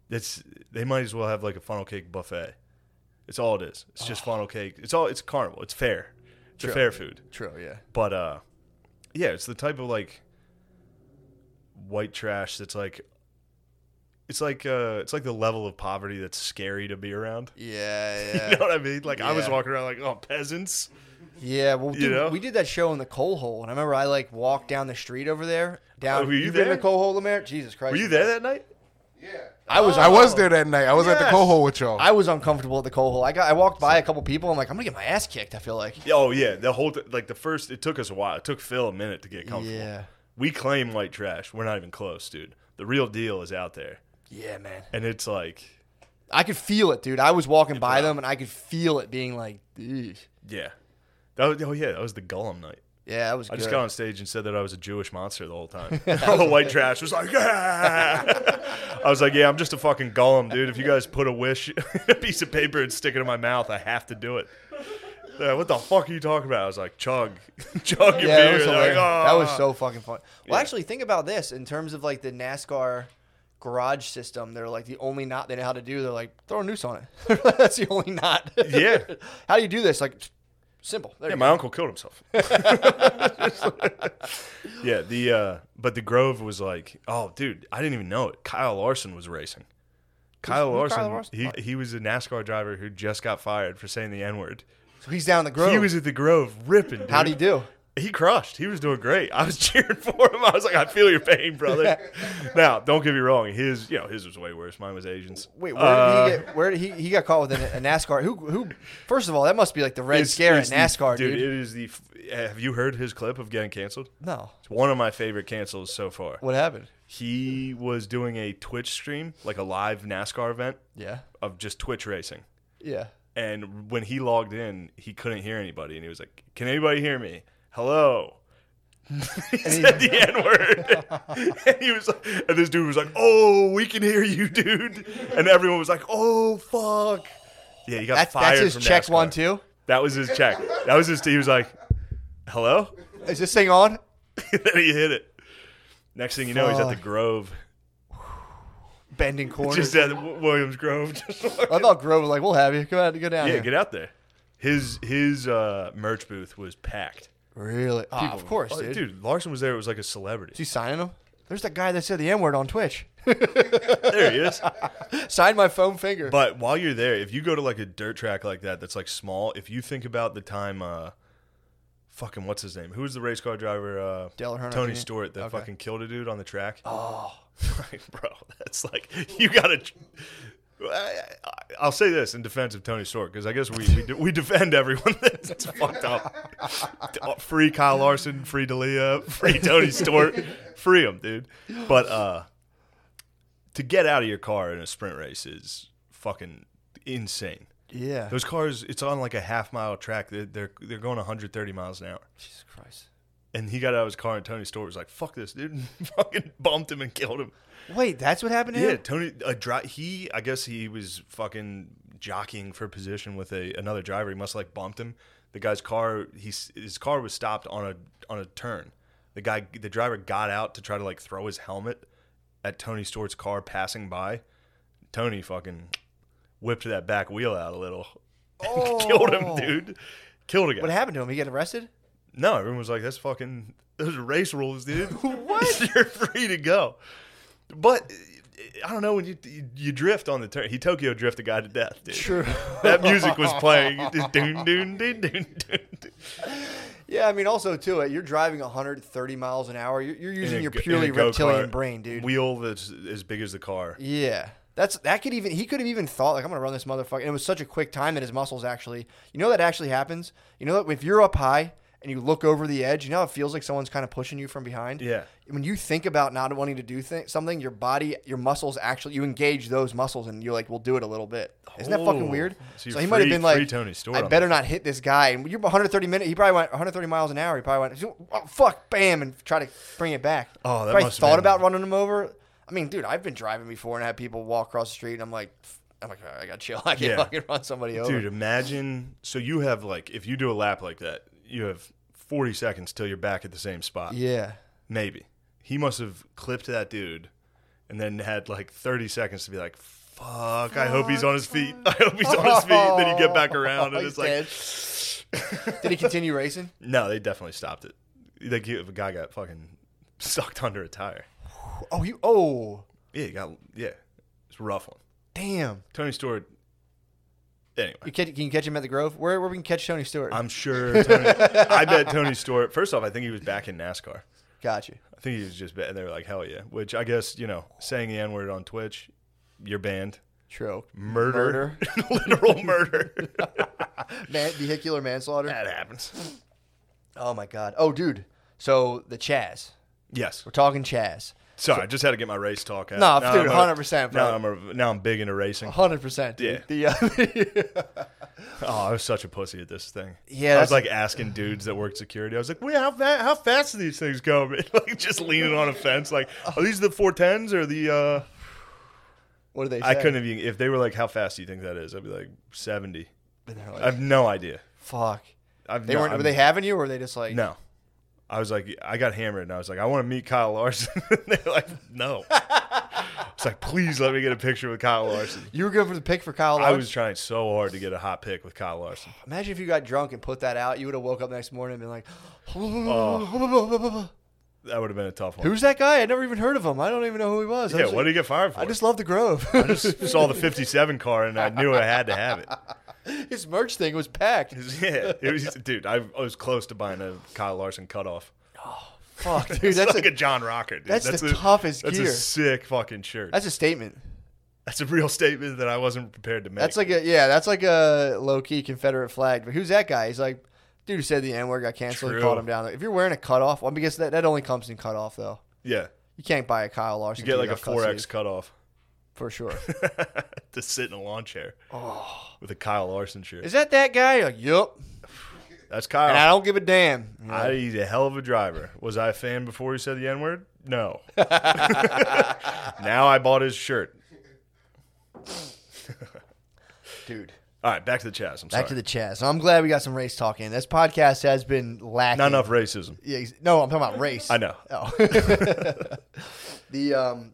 Speaker 2: That's they might as well have like a funnel cake buffet. It's all it is. It's just funnel cake. It's all. It's carnival. It's fair. It's
Speaker 1: Ah. True.
Speaker 2: a fair food.
Speaker 1: True. Yeah.
Speaker 2: But uh yeah, it's the type of like white trash that's like it's like uh it's like the level of poverty that's scary to be around. *laughs*
Speaker 1: Yeah. Yeah.
Speaker 2: You know what I mean? Like I was
Speaker 1: Yeah.
Speaker 2: walking around like, oh peasants.
Speaker 1: Yeah, well, dude,
Speaker 2: know?
Speaker 1: we did that show in the coal hole, and I remember I like walked down the street over there. Down,
Speaker 2: Oh, were you
Speaker 1: have been to
Speaker 2: there?
Speaker 1: coal hole, Lemaire? Jesus Christ!
Speaker 2: Were you there Oh. that night?
Speaker 3: Yeah.
Speaker 1: I was.
Speaker 5: I was there that night. I was at the
Speaker 2: Yes.
Speaker 5: coho with y'all.
Speaker 1: I was uncomfortable at the coal hole. I got. I walked by a couple people. I'm like, I'm gonna get my ass kicked. I feel like.
Speaker 2: Yeah, Oh yeah, the whole th- like the first it took us a while. It took Phil a minute to get comfortable.
Speaker 1: Yeah.
Speaker 2: We claim white trash. We're not even close, dude. The real deal is out there.
Speaker 1: Yeah, man.
Speaker 2: And it's like
Speaker 1: I could feel it, dude. I was walking by them, and I could feel it being like, "Eesh."
Speaker 2: yeah. That was, oh yeah, that was the Gollum night.
Speaker 1: yeah, that was.
Speaker 2: I
Speaker 1: good.
Speaker 2: just got on stage and said that I was a Jewish monster the
Speaker 1: *laughs*
Speaker 2: whole time. *laughs* All the white trash was like, "Ah!" I was like, yeah, I'm just a fucking golem, dude. If you guys put a wish *laughs* in a piece of paper and stick it in my mouth, I have to do it. They're like, what the fuck are you talking about? I was like, chug, *laughs* chug your
Speaker 1: Yeah, that
Speaker 2: beer.
Speaker 1: was,
Speaker 2: They're like,
Speaker 1: hilarious. that was
Speaker 2: "Ah."
Speaker 1: so fucking fun. Well,
Speaker 2: Yeah.
Speaker 1: actually, think about this in terms of like the NASCAR garage system. They're like the only knot they know how to do. They're like throw a noose on it. *laughs* That's the only knot.
Speaker 2: Yeah.
Speaker 1: *laughs* how do you do this? Like simple. There
Speaker 2: Yeah,
Speaker 1: you
Speaker 2: my uncle
Speaker 1: *laughs*
Speaker 2: killed himself. yeah, the uh, but the Grove was like, oh, dude, I didn't even know it. Kyle Larson was racing. Kyle
Speaker 1: who's
Speaker 2: Larson,
Speaker 1: Kyle Larson?
Speaker 2: he he was a NASCAR driver who just got fired for saying the N word.
Speaker 1: go. So he's down the grove.
Speaker 2: He was at the Grove ripping. Dude.
Speaker 1: How'd he do?
Speaker 2: He crushed. He was doing great. I was *laughs* cheering for him. I was like, I feel your pain, brother. now, don't get me wrong. His, you know, his was way worse. Mine was Asians.
Speaker 1: Wait, where did
Speaker 2: Uh,
Speaker 1: he get? Where did he? He got caught with a, a NASCAR. Who? Who? First of all, that must be like the red scare at
Speaker 2: the-
Speaker 1: NASCAR, dude.
Speaker 2: It is the. f- Have you heard his clip of getting canceled?
Speaker 1: No.
Speaker 2: It's one of my favorite cancels so far.
Speaker 1: What happened?
Speaker 2: He was doing a Twitch stream, like a live NASCAR event
Speaker 1: Yeah.
Speaker 2: of just Twitch racing.
Speaker 1: Yeah.
Speaker 2: And when he logged in, he couldn't hear anybody, and he was like, "Can anybody hear me? Hello." *laughs* he said the N word, *laughs* and he was, like, and this dude was like, "Oh, we can hear you, dude," and everyone was like, "Oh, fuck." Yeah, he got
Speaker 1: That's
Speaker 2: fired.
Speaker 1: that's his
Speaker 2: from
Speaker 1: check
Speaker 2: NASCAR.
Speaker 1: one two.
Speaker 2: That was his check. That was his. He was like, "Hello,"
Speaker 1: Is this thing on?
Speaker 2: *laughs* then he hit it. Next thing you know, he's at the
Speaker 1: Fuck.
Speaker 2: Grove, *laughs*
Speaker 1: Bending corners.
Speaker 2: just at W- Williams Grove. *laughs* Just like-
Speaker 1: I thought Grove was like, "We'll have you. Come out, go down
Speaker 2: yeah,
Speaker 1: here."
Speaker 2: get out there. His his uh, merch booth was packed.
Speaker 1: Really? Ah, of course,
Speaker 2: Oh,
Speaker 1: dude.
Speaker 2: dude. Larson was there. It was like a
Speaker 1: Is
Speaker 2: celebrity.
Speaker 1: he signing them? There's that guy that said the N word on Twitch.
Speaker 2: *laughs*
Speaker 1: *laughs*
Speaker 2: there he is.
Speaker 1: Sign my foam finger.
Speaker 2: But while you're there, if you go to like a dirt track like that, that's like small. If you think about the time, uh, fucking what's his name? Who was the race car driver? Uh,
Speaker 1: Dale Earnhardt
Speaker 2: Tony
Speaker 1: Jr.?
Speaker 2: Stewart that
Speaker 1: Okay.
Speaker 2: fucking killed a dude on the track. Oh, *laughs* bro, that's like you gotta. tr- I- I- I'll say this in defense of Tony Stewart because I guess we we, do, we defend everyone *laughs* that's that's fucked up. Free Kyle Larson, free Dalia, free Tony Stewart, *laughs* free him, dude. But uh, to get out of your car in a sprint race is fucking insane.
Speaker 1: yeah.
Speaker 2: Those cars, it's on like a half mile track. They're they're, they're going 130 miles an hour.
Speaker 1: Jesus Christ.
Speaker 2: And he got out of his car, and Tony Stewart was like, "Fuck this, dude!" *laughs* and fucking bumped him and killed him.
Speaker 1: Wait, that's what happened to
Speaker 2: Yeah,
Speaker 1: him.
Speaker 2: Tony, a dri- he, I guess he was fucking jockeying for position with a another driver. He must have, like bumped him. The guy's car, he's his car was stopped on a on a turn. The guy, the driver got out to try to like throw his helmet at Tony Stewart's car passing by. Tony fucking whipped that back wheel out a little *laughs* and killed him, dude. Killed a guy.
Speaker 1: What happened to him? He got arrested.
Speaker 2: No, everyone was like, "That's fucking those are race rules, dude.
Speaker 1: *laughs*
Speaker 2: what? *laughs* You're free to go." But I don't know when you you drift on the turn. He Tokyo drift a guy to death,
Speaker 1: *laughs*
Speaker 2: dude.
Speaker 1: True.
Speaker 2: That music
Speaker 1: *laughs*
Speaker 2: was playing. Just doon, doon, doon, doon, doon.
Speaker 1: Yeah, I mean, also too, uh, you're driving 130 miles an hour. You're, you're using
Speaker 2: In a
Speaker 1: your
Speaker 2: go- in a
Speaker 1: purely
Speaker 2: go-kart
Speaker 1: reptilian brain, dude.
Speaker 2: Wheel that's as big as the car.
Speaker 1: yeah, that's that could even he could have even thought like I'm gonna run this motherfucker. And it was such a quick time that his muscles actually, you know, that actually happens. You know that if you're up high and you look over the edge, you know how it feels like someone's kind of pushing you from behind.
Speaker 2: Yeah.
Speaker 1: When you think about not wanting to do th- something, your body, your muscles actually, you engage those muscles, and you're like, "We'll do it a little bit." Isn't that
Speaker 2: Oh.
Speaker 1: fucking weird?
Speaker 2: So you're
Speaker 1: he might have
Speaker 2: free-
Speaker 1: been like,
Speaker 2: free Tony Stewart
Speaker 1: "I
Speaker 2: on
Speaker 1: better not hit this guy." And you're 130 minutes. He probably went 130 miles an hour. He probably went, "Oh, "Fuck, bam!" and try to bring it back.
Speaker 2: Oh, that
Speaker 1: probably
Speaker 2: must have
Speaker 1: thought
Speaker 2: been-
Speaker 1: about running him over. I mean, dude, I've been driving before and I had people walk across the street, and I'm like, "Pff," I'm like, "All right, I got to chill. *laughs* I can't
Speaker 2: Yeah.
Speaker 1: fucking run somebody over.
Speaker 2: Dude, imagine. So you have like, if you do a lap like that, you have 40 seconds till you're back at the same spot.
Speaker 1: Yeah.
Speaker 2: Maybe. He must have clipped that dude and then had like 30 seconds to be like, fuck, I hope he's on his feet. *laughs* I hope he's on his feet. Then you get back around and
Speaker 1: He's
Speaker 2: it's
Speaker 1: *laughs*
Speaker 2: like,
Speaker 1: Did he continue racing?
Speaker 2: no, they definitely stopped it. Like, you, a guy got fucking *laughs* sucked under a tire.
Speaker 1: Oh, you. Oh,
Speaker 2: Yeah, you got, yeah. It's a rough one.
Speaker 1: damn.
Speaker 2: Tony Stewart. Anyway.
Speaker 1: You catch, can you catch him at the Grove? Where, where we can catch Tony Stewart?
Speaker 2: I'm sure. Tony, I bet Tony Stewart. First off, I think he was back in NASCAR.
Speaker 1: Gotcha.
Speaker 2: I think he was just banned. They were like, hell yeah. Which I guess, you know, saying the N word on Twitch, you're banned.
Speaker 1: True.
Speaker 2: Murder. *laughs*
Speaker 1: *laughs*
Speaker 2: Literal murder.
Speaker 1: Man, vehicular manslaughter.
Speaker 2: that happens.
Speaker 1: Oh my god. Oh, dude. So the Chaz.
Speaker 2: Yes.
Speaker 1: We're talking Chaz.
Speaker 2: Sorry, I just had to get my race talk out.
Speaker 1: No,
Speaker 2: Now
Speaker 1: dude,
Speaker 2: I'm a-
Speaker 1: 100%, bro. Oh.
Speaker 2: Now I'm, a, now I'm big into racing.
Speaker 1: Hundred percent.
Speaker 2: Yeah.
Speaker 1: The, uh,
Speaker 2: Oh, I was such a pussy at this thing.
Speaker 1: Yeah,
Speaker 2: I
Speaker 1: that's-
Speaker 2: was like asking dudes that work security. I was like, wait, how, fa- how fast do these things go? *laughs* man?" like just leaning on a fence. Like, are these the 410s or the. uh
Speaker 1: *laughs* what do they? Say?
Speaker 2: I couldn't have even if they were like, "How fast do you think that is?" I'd be like, 70.
Speaker 1: Been there
Speaker 2: I
Speaker 1: like,
Speaker 2: have no idea.
Speaker 1: fuck.
Speaker 2: I've
Speaker 1: They
Speaker 2: no,
Speaker 1: weren't.
Speaker 2: I'm-
Speaker 1: Were they having you, or were they just like?
Speaker 2: no. I was like, I got hammered, and I was like, I want to meet Kyle Larson. *laughs* They're like, no. It's like, please let me get a picture with Kyle Larson.
Speaker 1: You were going for the pick for Kyle.
Speaker 2: I
Speaker 1: Larson?
Speaker 2: was trying so hard to get a hot pick with Kyle Larson.
Speaker 1: Imagine if you got drunk and put that out. You would have woke up next morning and been like, *gasps*
Speaker 2: Oh. That would have been a tough one.
Speaker 1: "Who's that guy? I never even heard of him. I don't even know who he was." I
Speaker 2: yeah?
Speaker 1: just-
Speaker 2: What did he get fired for?
Speaker 1: I just love the Grove.
Speaker 2: *laughs* saw the '57 car, and I knew I had to have it.
Speaker 1: *laughs*
Speaker 2: *laughs*
Speaker 1: His merch thing was packed.
Speaker 2: Yeah, it was, dude. I, I was close to buying a Kyle Larson cutoff.
Speaker 1: Fuck, dude,
Speaker 2: It's
Speaker 1: that's
Speaker 2: like
Speaker 1: a,
Speaker 2: a, John Rocker. Dude.
Speaker 1: that's the toughest
Speaker 2: That's
Speaker 1: gear.
Speaker 2: a sick fucking shirt.
Speaker 1: that's a statement.
Speaker 2: That's a real statement that I wasn't prepared to make.
Speaker 1: That's like a yeah, that's like a low key Confederate flag. But who's that guy? He's like, dude who said the N word got canceled. He
Speaker 2: True.
Speaker 1: called him down. If you're wearing a cutoff, well, I mean, I guess that, that only comes in cutoff though.
Speaker 2: yeah,
Speaker 1: You can't buy a Kyle Larson.
Speaker 2: you get
Speaker 1: tee
Speaker 2: like a
Speaker 1: off cut
Speaker 2: four X
Speaker 1: sleeve,
Speaker 2: cutoff
Speaker 1: for sure.
Speaker 2: *laughs* to sit in a lawn chair with a Kyle Larson shirt.
Speaker 1: Oh. Is that that guy? You're like, yup.
Speaker 2: Oh. That's
Speaker 1: And I
Speaker 2: Kyle.
Speaker 1: don't give a damn. You're
Speaker 2: I,
Speaker 1: like,
Speaker 2: he's a hell of a driver. Was I a fan before he said the N word?
Speaker 1: *laughs*
Speaker 2: No. now I bought his shirt.
Speaker 1: dude.
Speaker 2: All right, back to the chats. I'm
Speaker 1: Back to
Speaker 2: sorry.
Speaker 1: the Chaz. So I'm glad we got some race talk in. This podcast has been lacking.
Speaker 2: Not enough racism.
Speaker 1: Yeah, ex- no, I'm talking about race.
Speaker 2: I know.
Speaker 1: Oh. *laughs* the um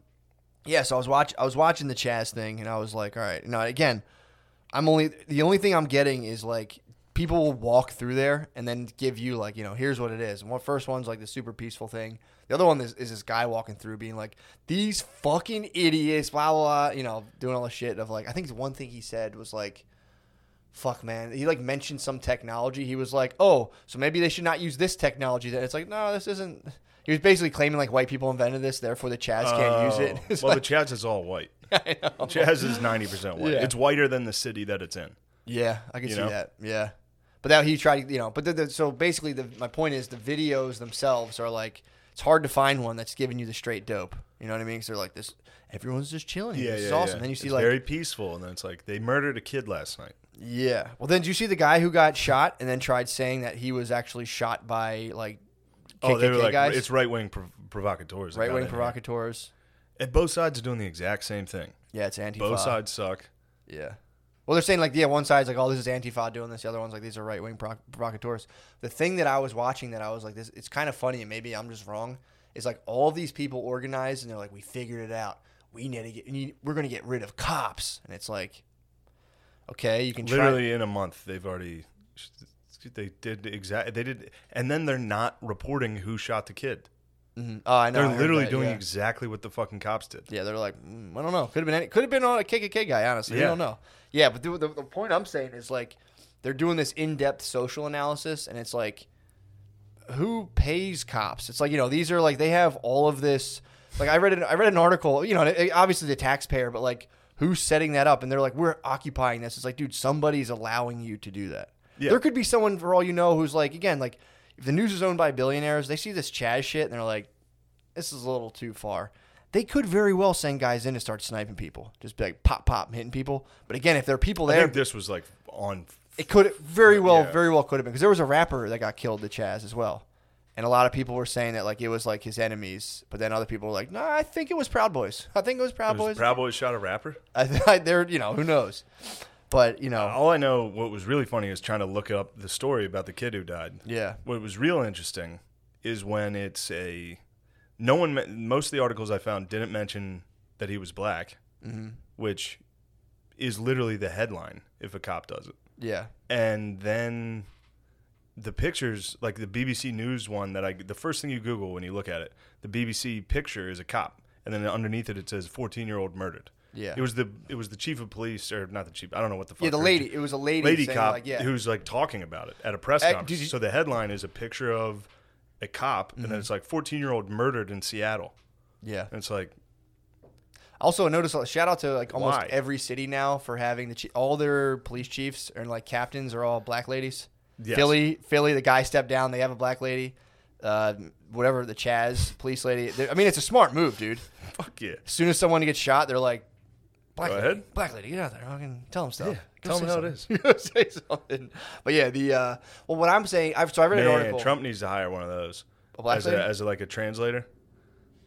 Speaker 1: yeah, so I was watch I was watching the Chaz thing and I was like, all right, now again, I'm only the only thing I'm getting is like people will walk through there and then give you like, you know, here's what it is. And one first one's like the super peaceful thing. The other one is, is this guy walking through being like, these fucking idiots, blah blah blah, you know, doing all the shit of like I think the one thing he said was like fuck man he like mentioned some technology he was like oh so maybe they should not use this technology then it's like no this isn't he was basically claiming like white people invented this therefore the chaz can't use it *laughs*
Speaker 2: Oh.
Speaker 1: It's
Speaker 2: well,
Speaker 1: like-
Speaker 2: the Chaz is all white. Chaz is 90% white.
Speaker 1: Yeah.
Speaker 2: It's whiter than the city that it's in.
Speaker 1: yeah i can
Speaker 2: you
Speaker 1: see
Speaker 2: know?
Speaker 1: that yeah but that he tried you know but the, the, so basically the, my point is the videos themselves are like it's hard to find one that's giving you the straight dope you know what i mean because they're like this everyone's just chilling here. this is awesome then you see
Speaker 2: It's
Speaker 1: like
Speaker 2: very peaceful, and then it's like they murdered a kid last night.
Speaker 1: yeah well then do you see the guy who got shot and then tried saying that he was actually shot by like KKK
Speaker 2: Oh, they were like
Speaker 1: guys?
Speaker 2: it's right wing prov- provocateurs. that
Speaker 1: right
Speaker 2: got
Speaker 1: wing
Speaker 2: in here.
Speaker 1: provocateurs.
Speaker 2: And both sides are doing the exact same thing.
Speaker 1: Yeah, it's Antifa.
Speaker 2: Both sides suck.
Speaker 1: Yeah. Well, they're saying like, yeah, one side's like, oh, this is Antifa doing this. The other one's like, these are right wing pro- provocateurs. The thing that I was watching that I was like, this, it's kind of funny, and maybe I'm just wrong. Is like all these people organized, and they're like, we figured it out. We need to get, need, we're gonna get rid of cops, and it's like, okay, you can try-
Speaker 2: Literally in a month, they've already they did exact they did, and then they're not reporting who shot the kid.
Speaker 1: Mhm. Oh, I know. I
Speaker 2: They're
Speaker 1: heard
Speaker 2: literally
Speaker 1: that,
Speaker 2: doing
Speaker 1: yeah.
Speaker 2: exactly what the fucking cops did.
Speaker 1: Yeah, they're like, mm, I don't know. Could have been any. Could have been on a KKK guy. Honestly, we
Speaker 2: Yeah.
Speaker 1: don't know. Yeah, but the, the, the point I'm saying is like, they're doing this in-depth social analysis, and it's like, who pays cops? It's like you know these are like they have all of this. Like I read an, I read an article. You know, and it- obviously the taxpayer, but like who's setting that up? And they're like, we're occupying this. It's like, dude, somebody's allowing you to do that.
Speaker 2: Yeah.
Speaker 1: There could be someone for all you know who's like, again, like if the news is owned by billionaires, they see this Chaz shit and they're like, this is a little too far. They could very well send guys in to start sniping people, just be like pop pop hitting people. But again, if there are people
Speaker 2: I
Speaker 1: there,
Speaker 2: think this was like on.
Speaker 1: it could very well,
Speaker 2: Yeah.
Speaker 1: very well could have been because there was a rapper that got killed to Chaz as well, and a lot of people were saying that like it was like his enemies, but then other people were like, no, I think it was Proud Boys. I think it was Proud
Speaker 2: It was
Speaker 1: Boys.
Speaker 2: Proud Boys shot a rapper.
Speaker 1: I, *laughs* I, they're you know who knows, but you know
Speaker 2: All I know, what was really funny is trying to look up the story about the kid who died.
Speaker 1: yeah
Speaker 2: What was real interesting is when it's a no one. men- Most of the articles I found didn't mention that he was black,
Speaker 1: Mm-hmm.
Speaker 2: which is literally the headline if a cop does it.
Speaker 1: yeah
Speaker 2: And then the pictures, like the BBC News one that I, the first thing you Google when you look at it, the BBC picture is a cop, and then underneath it it says 14 year old murdered.
Speaker 1: yeah
Speaker 2: It was the it was the chief of police or not the chief. I don't know what the fuck.
Speaker 1: yeah the
Speaker 2: her-
Speaker 1: lady. It was a lady.
Speaker 2: lady
Speaker 1: saying,
Speaker 2: cop
Speaker 1: Like, yeah.
Speaker 2: who's like talking about it at a press
Speaker 1: Uh,
Speaker 2: conference.
Speaker 1: did you-
Speaker 2: so the headline is a picture of a cop, and then it's like 14 year old murdered in Seattle,
Speaker 1: yeah.
Speaker 2: and it's like *laughs*
Speaker 1: Also, I noticed. Shout out to like almost
Speaker 2: Why?
Speaker 1: every city now for having the chi- all their police chiefs and like captains are all black ladies.
Speaker 2: Yes.
Speaker 1: Philly, Philly, the guy stepped down. They have a black lady. Uh, whatever the Chaz police lady. They- I mean, it's a smart move, dude.
Speaker 2: fuck yeah.
Speaker 1: As soon as someone gets shot, they're like, "Black
Speaker 2: Go
Speaker 1: lady,
Speaker 2: ahead.
Speaker 1: black lady, get out there. Fucking tell them stuff. Go
Speaker 2: tell 'em
Speaker 1: say
Speaker 2: how it
Speaker 1: something. *laughs* Go say something." But yeah, the uh, well, what I'm saying, I've so I read an
Speaker 2: Man,
Speaker 1: article.
Speaker 2: Trump needs to hire one of those
Speaker 1: A black
Speaker 2: as
Speaker 1: lady?
Speaker 2: a, as a, like a translator.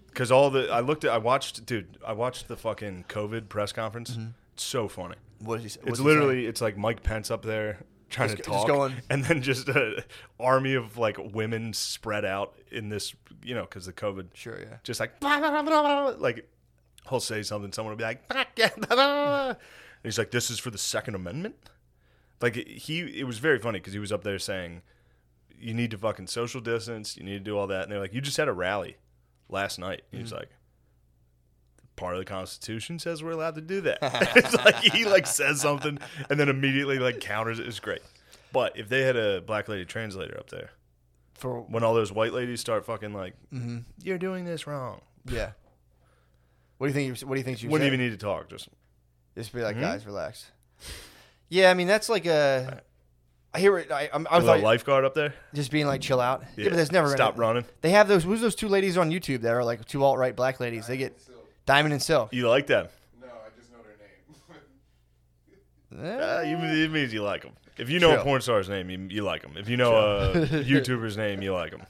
Speaker 2: Because all the I looked at, I watched, dude, I watched the fucking COVID press conference. It's so funny.
Speaker 1: What is he? what's
Speaker 2: It's
Speaker 1: he saying?
Speaker 2: literally, it's like Mike Pence up there trying
Speaker 1: Just-
Speaker 2: to
Speaker 1: just
Speaker 2: talk,
Speaker 1: going-
Speaker 2: and then just a army of like women spread out in this, you know, because the COVID.
Speaker 1: Sure, yeah.
Speaker 2: Just like blah, blah, blah, blah, blah, like he'll say something, someone will be like, "Blah, *laughs* blah, blah, blah." and he's like, "This is for the Second Amendment." Like he, it was very funny because he was up there saying, "You need to fucking social distance. You need to do all that." And they're like, "You just had a rally last night." And
Speaker 1: Mm.
Speaker 2: He's like, "Part of the Constitution says we're allowed to
Speaker 1: *laughs*
Speaker 2: do that." *laughs* it's like he like says something and then immediately like counters it. It's great. But if they had a black lady translator up there,
Speaker 1: for
Speaker 2: when all those white ladies start fucking like,
Speaker 1: Mm-hmm.
Speaker 2: "You're doing this wrong,"
Speaker 1: yeah. What do you think? you- What do you think? You
Speaker 2: wouldn't
Speaker 1: said?
Speaker 2: even need to talk. Just
Speaker 1: Just be like, guys, relax. Yeah, I mean that's like a. I hear it. I, I'm, I
Speaker 2: with a
Speaker 1: was like,
Speaker 2: lifeguard up there.
Speaker 1: just being like, chill out. Yeah, but there's never
Speaker 2: stop
Speaker 1: any-
Speaker 2: running.
Speaker 1: They have those. Who's those two ladies on YouTube that are like two alt right black ladies? They get
Speaker 3: So,
Speaker 1: Diamond and Silk.
Speaker 2: You like them?
Speaker 3: no, I just know their name. *laughs*
Speaker 1: Eh.
Speaker 2: Uh, you, it means you like them. If you know
Speaker 1: Chill.
Speaker 2: a porn star's name, you, you like them. If you know a
Speaker 1: *laughs*
Speaker 2: YouTuber's name, you like them.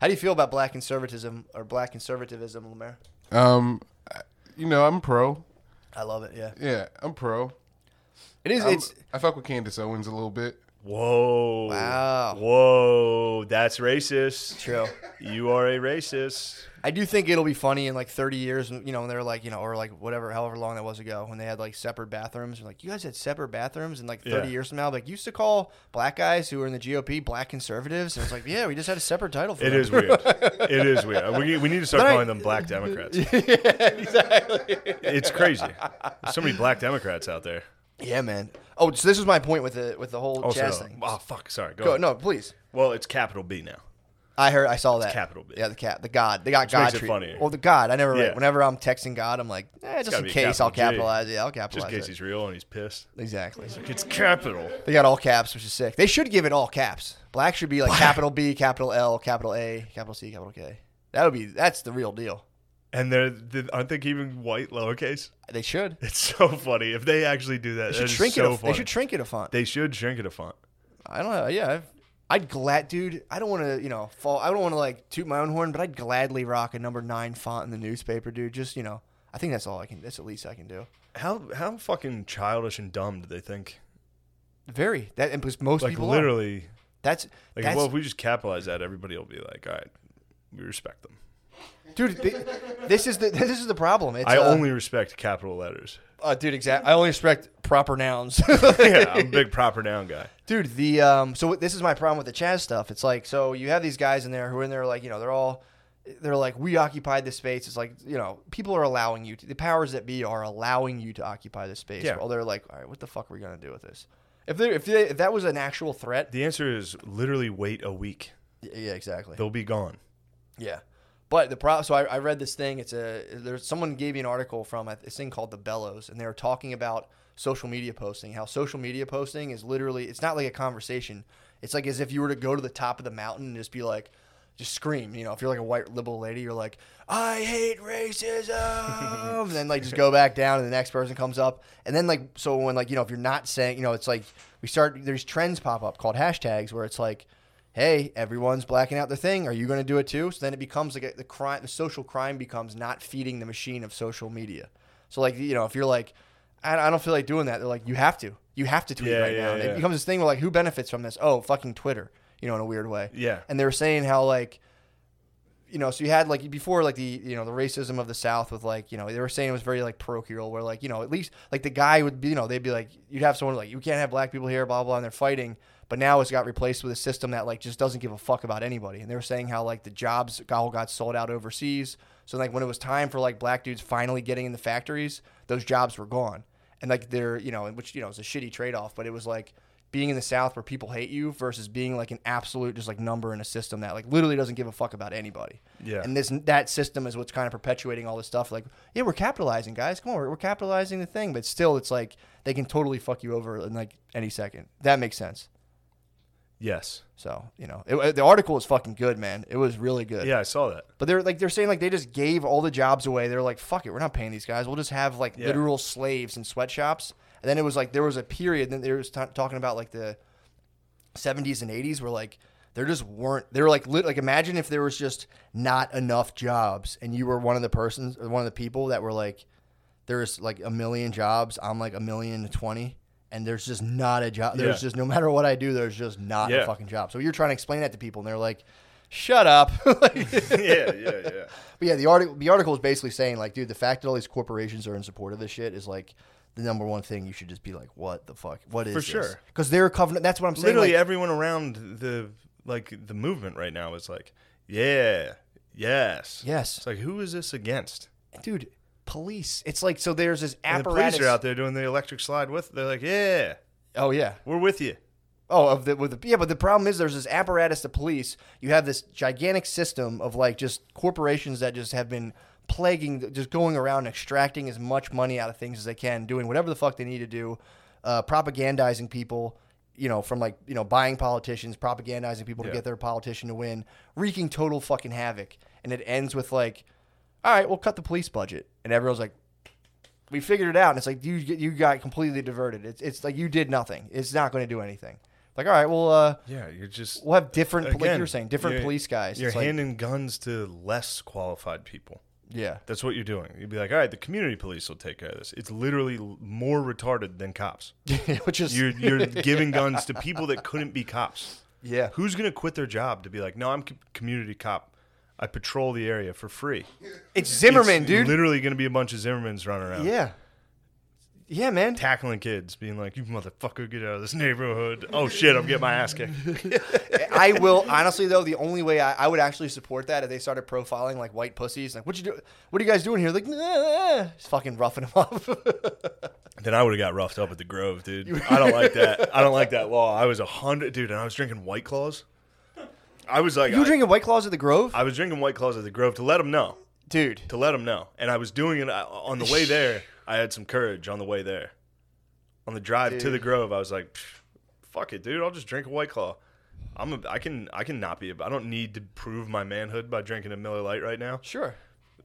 Speaker 1: How do you feel about black conservatism or black conservatism, Lemaire?
Speaker 5: Um, I- you know, I'm pro.
Speaker 1: I love it. Yeah,
Speaker 5: Yeah, I'm pro.
Speaker 1: it is-
Speaker 5: I'm-
Speaker 1: It's
Speaker 5: I fuck with Candace Owens a little bit.
Speaker 2: Whoa!
Speaker 1: Wow.
Speaker 2: Whoa! That's racist.
Speaker 1: true.
Speaker 2: You are a racist.
Speaker 1: I do think it'll be funny in like 30 years, you know, when they're like, you know, or like whatever, however long that was ago, when they had like separate bathrooms. and like, you guys had separate bathrooms, and like 30
Speaker 2: Yeah.
Speaker 1: years from now, like, you used to call black guys who were in the GOP black conservatives. And it's like, yeah, we just had a separate title for
Speaker 2: It
Speaker 1: them.
Speaker 2: is weird. it is weird. We, we need to start
Speaker 1: But I-
Speaker 2: calling them Black
Speaker 1: *laughs*
Speaker 2: Democrats.
Speaker 1: yeah, exactly.
Speaker 2: It's crazy. There's so many Black Democrats out there.
Speaker 1: Yeah, man. Oh, so this was my point with the with the whole
Speaker 2: Also,
Speaker 1: jazz thing.
Speaker 2: oh fuck, sorry. Go,
Speaker 1: Go,
Speaker 2: ahead.
Speaker 1: no, please.
Speaker 2: Well, it's capital B now.
Speaker 1: I heard, I saw that.
Speaker 2: capital B.
Speaker 1: Yeah, the cat, the God. They got God.
Speaker 2: makes it
Speaker 1: treat-
Speaker 2: funnier.
Speaker 1: Well, the God. I never.
Speaker 2: Yeah.
Speaker 1: Whenever I'm texting God, I'm like, eh, just
Speaker 2: gotta
Speaker 1: in
Speaker 2: be a
Speaker 1: case I'll
Speaker 2: capital G.
Speaker 1: capitalize. Yeah, I'll
Speaker 2: Just
Speaker 1: capitalize.
Speaker 2: in case
Speaker 1: it.
Speaker 2: he's real and he's pissed.
Speaker 1: Exactly.
Speaker 2: It's capital.
Speaker 1: They got all caps, which is sick. They should give it all caps. Black should be like capital B, capital L, capital A, capital C, capital K. That would be that's the real deal.
Speaker 2: And they're, they aren't they keeping white lowercase?
Speaker 1: They should.
Speaker 2: It's so funny if they actually do that.
Speaker 1: They
Speaker 2: that
Speaker 1: should
Speaker 2: is
Speaker 1: shrink
Speaker 2: so
Speaker 1: it. A,
Speaker 2: funny.
Speaker 1: they should shrink it a font.
Speaker 2: They should shrink it a font.
Speaker 1: I don't know. Yeah, I've, I'd glad, dude. I don't want to, you know, fall. I don't want to like toot my own horn, but I'd gladly rock a number nine font in the newspaper, dude. Just you know, I think that's all I can. That's at least I can do.
Speaker 2: How how fucking childish and dumb do they think?
Speaker 1: Very that and because most
Speaker 2: Like
Speaker 1: people are.
Speaker 2: literally,
Speaker 1: That's
Speaker 2: like
Speaker 1: that's
Speaker 2: well, if we just capitalize that, everybody will be like, all right, we respect them.
Speaker 1: dude. th- this is the *laughs* this is the problem. It's,
Speaker 2: I
Speaker 1: uh,
Speaker 2: only respect
Speaker 1: *laughs*
Speaker 2: capital letters.
Speaker 1: uh, dude. Exact. I only respect proper
Speaker 2: *laughs*
Speaker 1: nouns. *laughs*
Speaker 2: yeah, I'm a big proper noun guy.
Speaker 1: Dude, the um, so this is my problem with the Chaz stuff. It's like so you have these guys in there who are in there like you know they're all they're like we occupied this space. It's like you know people are allowing you to, the powers that be are allowing you to occupy this space.
Speaker 2: Yeah.
Speaker 1: Well, they're like, all right, what the fuck are we gonna do with this? If they if, they, if that was an actual threat,
Speaker 2: The answer is literally wait a week.
Speaker 1: y- yeah, exactly.
Speaker 2: They'll be gone.
Speaker 1: Yeah. But the problem, so I, I read this thing. It's a there's someone gave me an article from a, this thing called the Bellows, and they were talking about social media posting. How social media posting is literally it's not like a conversation. It's like as if you were to go to the top of the mountain and just be like, just scream. You know, if you're like a white liberal lady, you're like, I hate racism, and then like just go back down, and the next person comes up, and then like so when like you know if you're not saying you know it's like we start there's trends pop up called hashtags where it's like hey, everyone's blacking out their thing. Are you going to do it too? So then it becomes like a, the crime, the social crime becomes not feeding the machine of social media. So like you know, if you're like, I, I don't feel like doing that. They're like, you have to, you have to tweet
Speaker 2: Yeah,
Speaker 1: right
Speaker 2: yeah,
Speaker 1: now. And
Speaker 2: yeah.
Speaker 1: It becomes this thing where like, who benefits from this? Oh, fucking Twitter. You know, in a weird way.
Speaker 2: Yeah.
Speaker 1: And they were saying how like you know, so you had like before like the you know the racism of the South with like you know they were saying it was very like parochial where like you know at least like the guy would be you know they'd be like you'd have someone like you can't have black people here blah blah and they're fighting but now it's got replaced with a system that like just doesn't give a fuck about anybody and they were saying how like the jobs all got sold out overseas so like when it was time for like black dudes finally getting in the factories those jobs were gone and like they're you know and which you know is a shitty trade off but it was like being in the South where people hate you versus being like an absolute just like number in a system that like literally doesn't give a fuck about anybody.
Speaker 2: Yeah.
Speaker 1: And this that system is what's kind of perpetuating all this stuff. Like, yeah, we're capitalizing, guys. Come on, we're, we're capitalizing the thing, but still, it's like they can totally fuck you over in like any second. That makes sense.
Speaker 2: Yes.
Speaker 1: So you know, it, the article was fucking good, man. It was really good.
Speaker 2: Yeah, I saw
Speaker 1: *laughs*
Speaker 2: that.
Speaker 1: But they're like they're saying like they just gave all the jobs away. They're like, fuck it, we're not paying these guys. We'll just have like
Speaker 2: Yeah.
Speaker 1: literal slaves in sweatshops. And then it was like there was a period. Then they was ta talking about like the 70s and 80s where like there just weren't they were like lit, like imagine if there was just not enough jobs and you were one of the persons or one of the people that were like there's like a million jobs i'm like a million and twenty and there's just not a job there's
Speaker 2: Yeah.
Speaker 1: just no matter what i do there's just not a
Speaker 2: Yeah.
Speaker 1: fucking job so you're trying to explain that to people and they're like shut up *laughs* Like-
Speaker 2: yeah, yeah, *laughs* yeah.
Speaker 1: but yeah, the article the article is basically saying like, dude, the fact that all these corporations are in support of this shit is like the number one thing you should just be like, what the fuck, what is
Speaker 2: For sure.
Speaker 1: Because they're covenant. That's what I'm saying.
Speaker 2: Literally
Speaker 1: like-
Speaker 2: everyone around the like the movement right now is like, yeah, yes,
Speaker 1: Yes.
Speaker 2: It's like who is this against?
Speaker 1: dude, police. It's like so. There's this
Speaker 2: And the
Speaker 1: apparatus.
Speaker 2: police are out there doing the electric slide with. They're like, yeah,
Speaker 1: Oh yeah.
Speaker 2: we're with you.
Speaker 1: Oh, of the with the yeah, but the problem is there's this apparatus to police. You have this gigantic system of like just corporations that just have been plaguing, just going around extracting as much money out of things as they can, doing whatever the fuck they need to do, uh, propagandizing people. You know, from like you know buying politicians, propagandizing people to
Speaker 2: Yeah.
Speaker 1: get their politician to win, wreaking total fucking havoc, and it ends with like, all right, we'll cut the police budget, and everyone's like, we figured it out, and it's like you you got completely diverted. It's it's like you did nothing. It's not going to do anything. Like all right, well, uh,
Speaker 2: Yeah, you're just
Speaker 1: we'll have different like
Speaker 2: Again,
Speaker 1: you were saying different
Speaker 2: you're-
Speaker 1: police guys.
Speaker 2: You're
Speaker 1: It's like-
Speaker 2: handing guns to less qualified people.
Speaker 1: yeah, *laughs*
Speaker 2: That's what you're doing. You'd be like, all right, the community police will take care of this. It's literally l- more retarded
Speaker 1: *laughs*
Speaker 2: than cops.
Speaker 1: which is
Speaker 2: You're you're giving guns to people that couldn't be cops. *laughs*
Speaker 1: yeah.
Speaker 2: Who's gonna quit their job to be like, no, I'm c- community cop. I patrol the area for free.
Speaker 1: It's Zimmerman,
Speaker 2: It's
Speaker 1: dude.
Speaker 2: Literally gonna be a bunch of Zimmermans running around.
Speaker 1: Yeah, yeah, man.
Speaker 2: Tackling kids, being like, "You motherfucker, get out of this neighborhood!" Oh shit, I'm getting my ass
Speaker 1: *laughs*
Speaker 2: kicked.
Speaker 1: I will honestly though. The only way I, I would actually support that if they started profiling like white pussies, like what you do, what are you guys doing here? Like, nah, just fucking roughing them up. *laughs*
Speaker 2: Then I would have got roughed up at the Grove, dude. I don't
Speaker 1: *laughs*
Speaker 2: like that. I don't like that law. I was a hundred, dude, and I was drinking White Claws. I was like,
Speaker 1: you
Speaker 2: I,
Speaker 1: drinking White Claws at the Grove,
Speaker 2: I was drinking White Claws at the Grove to let them know,
Speaker 1: dude?
Speaker 2: to let them know, and I was doing it I- on the
Speaker 1: *laughs*
Speaker 2: way there. I had some courage on the way there, on the drive to
Speaker 1: Dude.
Speaker 2: the Grove. I was like, "Pff, fuck it, dude. I'll just drink a White Claw. I'm a, I can I can not be. a- I don't need to prove my manhood by drinking a Miller Light right now.
Speaker 1: Sure.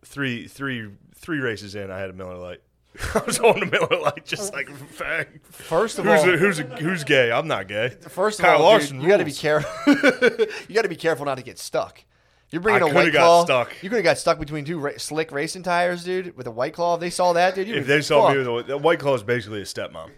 Speaker 2: Three three three races in, I had a Miller Light. *laughs* I was on a Miller Light, just like fag.
Speaker 1: Oh. First of
Speaker 2: Who's
Speaker 1: all,
Speaker 2: a, who's a, who's gay? I'm not gay.
Speaker 1: First of
Speaker 2: Kyle
Speaker 1: all,
Speaker 2: Larson
Speaker 1: dude, you got to be
Speaker 2: rules.
Speaker 1: careful. *laughs* you got to be careful not to get stuck. You're bringing
Speaker 2: I
Speaker 1: a
Speaker 2: coulda
Speaker 1: white
Speaker 2: got
Speaker 1: claw.
Speaker 2: stuck.
Speaker 1: You could have got stuck between two ra- slick racing tires, dude, with a white claw. If they saw that, dude, you'd
Speaker 2: If
Speaker 1: be
Speaker 2: they saw
Speaker 1: fucked.
Speaker 2: me with a wh- that white claw, is basically a stepmom.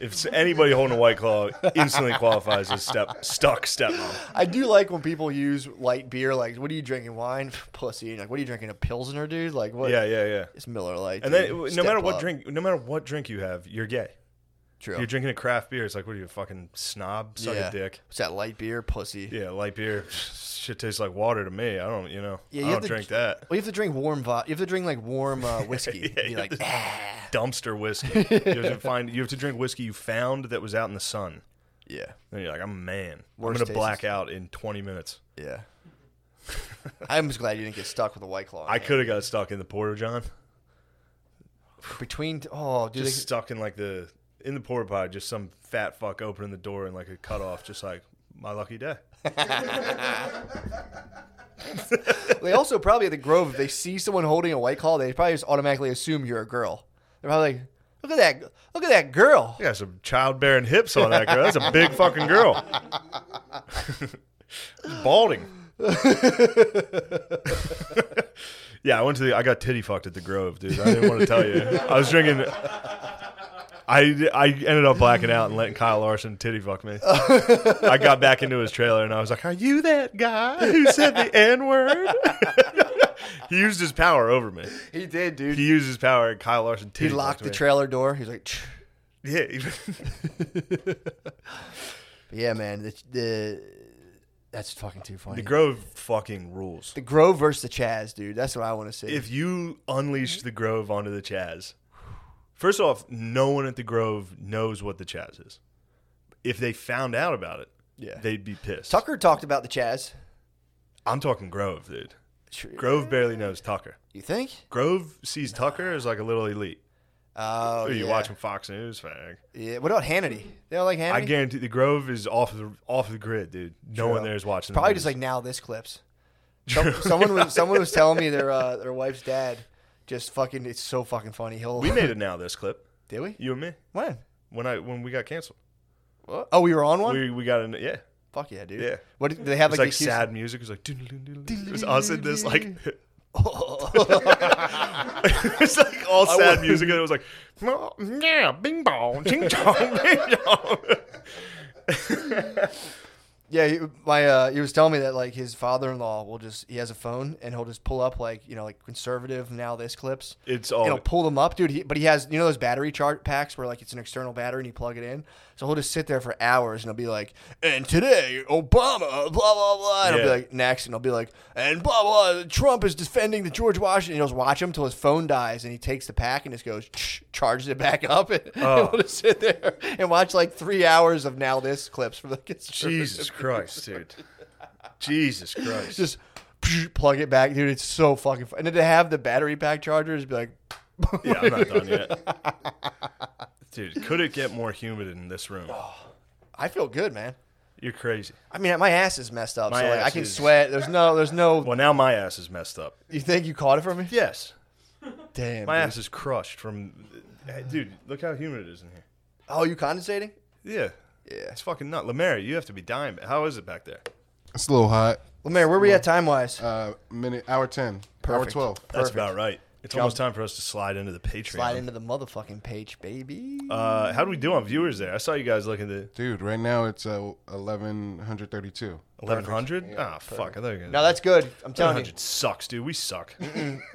Speaker 2: If s- anybody holding a white claw instantly qualifies as step stuck stepmom.
Speaker 1: I do like when people use light beer. Like, what are you drinking? Wine, *laughs* pussy. And, Like, what are you drinking? A pilsner, dude. Like, what?
Speaker 2: Yeah, yeah, yeah.
Speaker 1: it's Miller Lite.
Speaker 2: And
Speaker 1: dude.
Speaker 2: then w- no
Speaker 1: Step
Speaker 2: matter what
Speaker 1: up.
Speaker 2: drink, no matter what drink you have, you're gay.
Speaker 1: True.
Speaker 2: You're drinking a craft beer. It's like what are you a fucking snob? Suck
Speaker 1: yeah.
Speaker 2: a dick.
Speaker 1: What's that light beer, pussy?
Speaker 2: Yeah, light beer. *sighs* Shit tastes like water to me. I don't, you know.
Speaker 1: Yeah, you
Speaker 2: I
Speaker 1: have
Speaker 2: don't
Speaker 1: to-
Speaker 2: drink that.
Speaker 1: Well, you have to drink warm. Vo- you have to drink like warm uh, whiskey.
Speaker 2: *laughs* Yeah,
Speaker 1: Be
Speaker 2: you
Speaker 1: like,
Speaker 2: have to-
Speaker 1: "Ah." *laughs*
Speaker 2: Dumpster whiskey. you have to find. You have to drink whiskey you found that was out in the sun.
Speaker 1: yeah.
Speaker 2: Then you're like, I'm a man.
Speaker 1: Worst
Speaker 2: I'm gonna
Speaker 1: tastes.
Speaker 2: black out in 20 minutes.
Speaker 1: Yeah. *laughs* I'm just glad you didn't get stuck with a white claw.
Speaker 2: I
Speaker 1: man.
Speaker 2: could have got stuck in the porta john.
Speaker 1: between. Oh, dude,
Speaker 2: Just
Speaker 1: they-
Speaker 2: stuck in like the in the porta potty. Just some fat fuck opening the door and like a cutoff. Just like my lucky day.
Speaker 1: They also probably at the Grove, if they see someone holding a white claw, they probably just automatically assume you're a girl. They're probably like, look at that, look at that girl.
Speaker 2: You got some childbearing hips on that girl. That's a big fucking girl. *laughs* Balding. *laughs* yeah, I went to the. I got titty fucked at the Grove, dude. I didn't want to tell you. I was drinking. I, I ended up blacking out and letting Kyle Larson titty fuck me. I got back into his trailer and I was like, "Are you that guy who said the n word?" *laughs* he used his power over me.
Speaker 1: He did, dude.
Speaker 2: He
Speaker 1: He,
Speaker 2: used his power. And Kyle Larson titty.
Speaker 1: locked
Speaker 2: fucked
Speaker 1: the
Speaker 2: me.
Speaker 1: trailer door. He's like, "Tch."
Speaker 2: Yeah. he-
Speaker 1: But yeah, man. The, the that's fucking too funny.
Speaker 2: The Grove fucking rules.
Speaker 1: The Grove versus the Chaz, dude. That's what I want to see.
Speaker 2: If you unleash the Grove onto the Chaz, first off, no one at the Grove knows what the Chaz is. If they found out about it,
Speaker 1: Yeah.
Speaker 2: they'd be pissed.
Speaker 1: Tucker talked about the Chaz.
Speaker 2: I'm talking Grove, dude.
Speaker 1: True.
Speaker 2: Grove barely knows Tucker.
Speaker 1: You think?
Speaker 2: Grove sees Tucker as like a little elite.
Speaker 1: Oh,
Speaker 2: Are you
Speaker 1: yeah.
Speaker 2: watching Fox News, fag?
Speaker 1: Yeah. What about Hannity? They don't like Hannity.
Speaker 2: I guarantee the Grove is off the off the grid, dude. No one
Speaker 1: True.
Speaker 2: there is watching. the
Speaker 1: Probably
Speaker 2: news.
Speaker 1: just like now this
Speaker 2: *laughs*
Speaker 1: clips. Some, someone was someone was telling me their uh, their wife's dad just fucking it's so fucking funny. He'll *laughs*
Speaker 2: we made it now. This clip,
Speaker 1: did we
Speaker 2: you and me,
Speaker 1: when
Speaker 2: when I when we got canceled,
Speaker 1: oh we were on one
Speaker 2: we we got an yeah.
Speaker 1: fuck yeah dude
Speaker 2: Yeah.
Speaker 1: what did do they have
Speaker 2: It's
Speaker 1: like,
Speaker 2: like,
Speaker 1: the
Speaker 2: sad music. It was like it was us in this *laughs* like
Speaker 1: *laughs*
Speaker 2: *laughs* it's like all sad music, and it was like, "Well, yeah, bing *laughs* bong, ching chong, bing chong.
Speaker 1: yeah he, my uh, he was telling me that like his father in law will just he has a phone and he'll just pull up like you know like conservative now this clips
Speaker 2: It's
Speaker 1: and
Speaker 2: all
Speaker 1: he'll pull them up dude he, but he has you know those battery chart packs where like it's an external battery and you plug it in so he'll just sit there for hours and he'll be like and today Obama blah blah blah and he'll
Speaker 2: Yeah.
Speaker 1: be like next and he'll be like and blah blah Trump is defending the George Washington and he'll just watch him till his phone dies and he takes the pack and just goes "Tsh," charges it back up *laughs* and
Speaker 2: Oh.
Speaker 1: he'll just sit there and watch like three hours of now this clips from the conservative
Speaker 2: Jesus Christ, dude. Jesus Christ.
Speaker 1: just plug it back, dude. It's so fucking. Fun. And then to have the battery pack chargers, be like,
Speaker 2: yeah, I'm not done yet, dude. Could it get more humid in this room?
Speaker 1: I feel good, man.
Speaker 2: You're crazy.
Speaker 1: I mean, my ass is messed up,
Speaker 2: My
Speaker 1: so like I
Speaker 2: ass
Speaker 1: can
Speaker 2: is-
Speaker 1: sweat. There's no, there's no.
Speaker 2: *laughs* Well, now my ass is messed up.
Speaker 1: You think you caught it from me?
Speaker 2: Yes,
Speaker 1: Damn.
Speaker 2: my
Speaker 1: dude.
Speaker 2: ass is crushed from. Hey, dude, look how humid it is in here.
Speaker 1: Oh, you condensating?
Speaker 2: Yeah,
Speaker 1: Yeah.
Speaker 2: it's fucking nut. Lemaire, you have to be dying. How is it back there?
Speaker 5: It's a little hot.
Speaker 1: Well, man, where we at time wise?
Speaker 5: Uh, minute, hour ten, hour
Speaker 1: Perfect.
Speaker 5: twelve.
Speaker 2: That's
Speaker 1: Perfect.
Speaker 2: about right. It's almost time for us to slide into the Patreon.
Speaker 1: Slide into the motherfucking page, baby.
Speaker 2: Uh, how do we do on viewers there? I saw you guys looking at
Speaker 5: Dude, right now it's uh, eleven hundred thirty-two.
Speaker 2: eleven hundred. Ah, fuck! I thought you were gonna.
Speaker 1: no, that's good. I'm telling you.
Speaker 2: 1100 sucks, dude. We suck.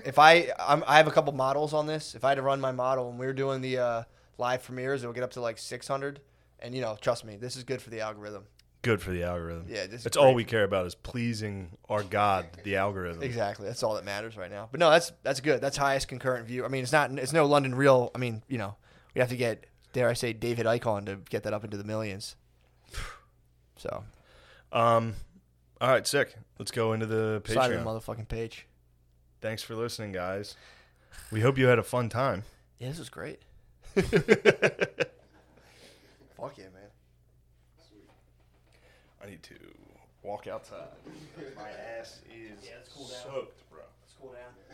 Speaker 1: If I, I'm, I have a couple models on this. If I had to run my model, and we were doing the uh, live premieres, it would get up to like 600. And you know, trust me, this is good for the algorithm.
Speaker 2: Good for the algorithm.
Speaker 1: Yeah, this is
Speaker 2: it's
Speaker 1: great.
Speaker 2: all we care about is pleasing our God, the algorithm.
Speaker 1: Exactly. That's all that matters right now. But no, that's that's good. That's highest concurrent view. I mean, it's not. It's no London real. I mean, you know, we have to get dare I say David Icon to get that up into the millions. So
Speaker 2: Um, all right, sick. Let's go into the
Speaker 1: slide to the
Speaker 2: Patreon.
Speaker 1: motherfucking page.
Speaker 2: Thanks for listening, guys. We hope you had a
Speaker 1: *laughs*
Speaker 2: fun time.
Speaker 1: Yeah, this is great. Fuck yeah, man.
Speaker 2: I need to walk outside. My ass is soaked, bro.
Speaker 1: *laughs* Cool down.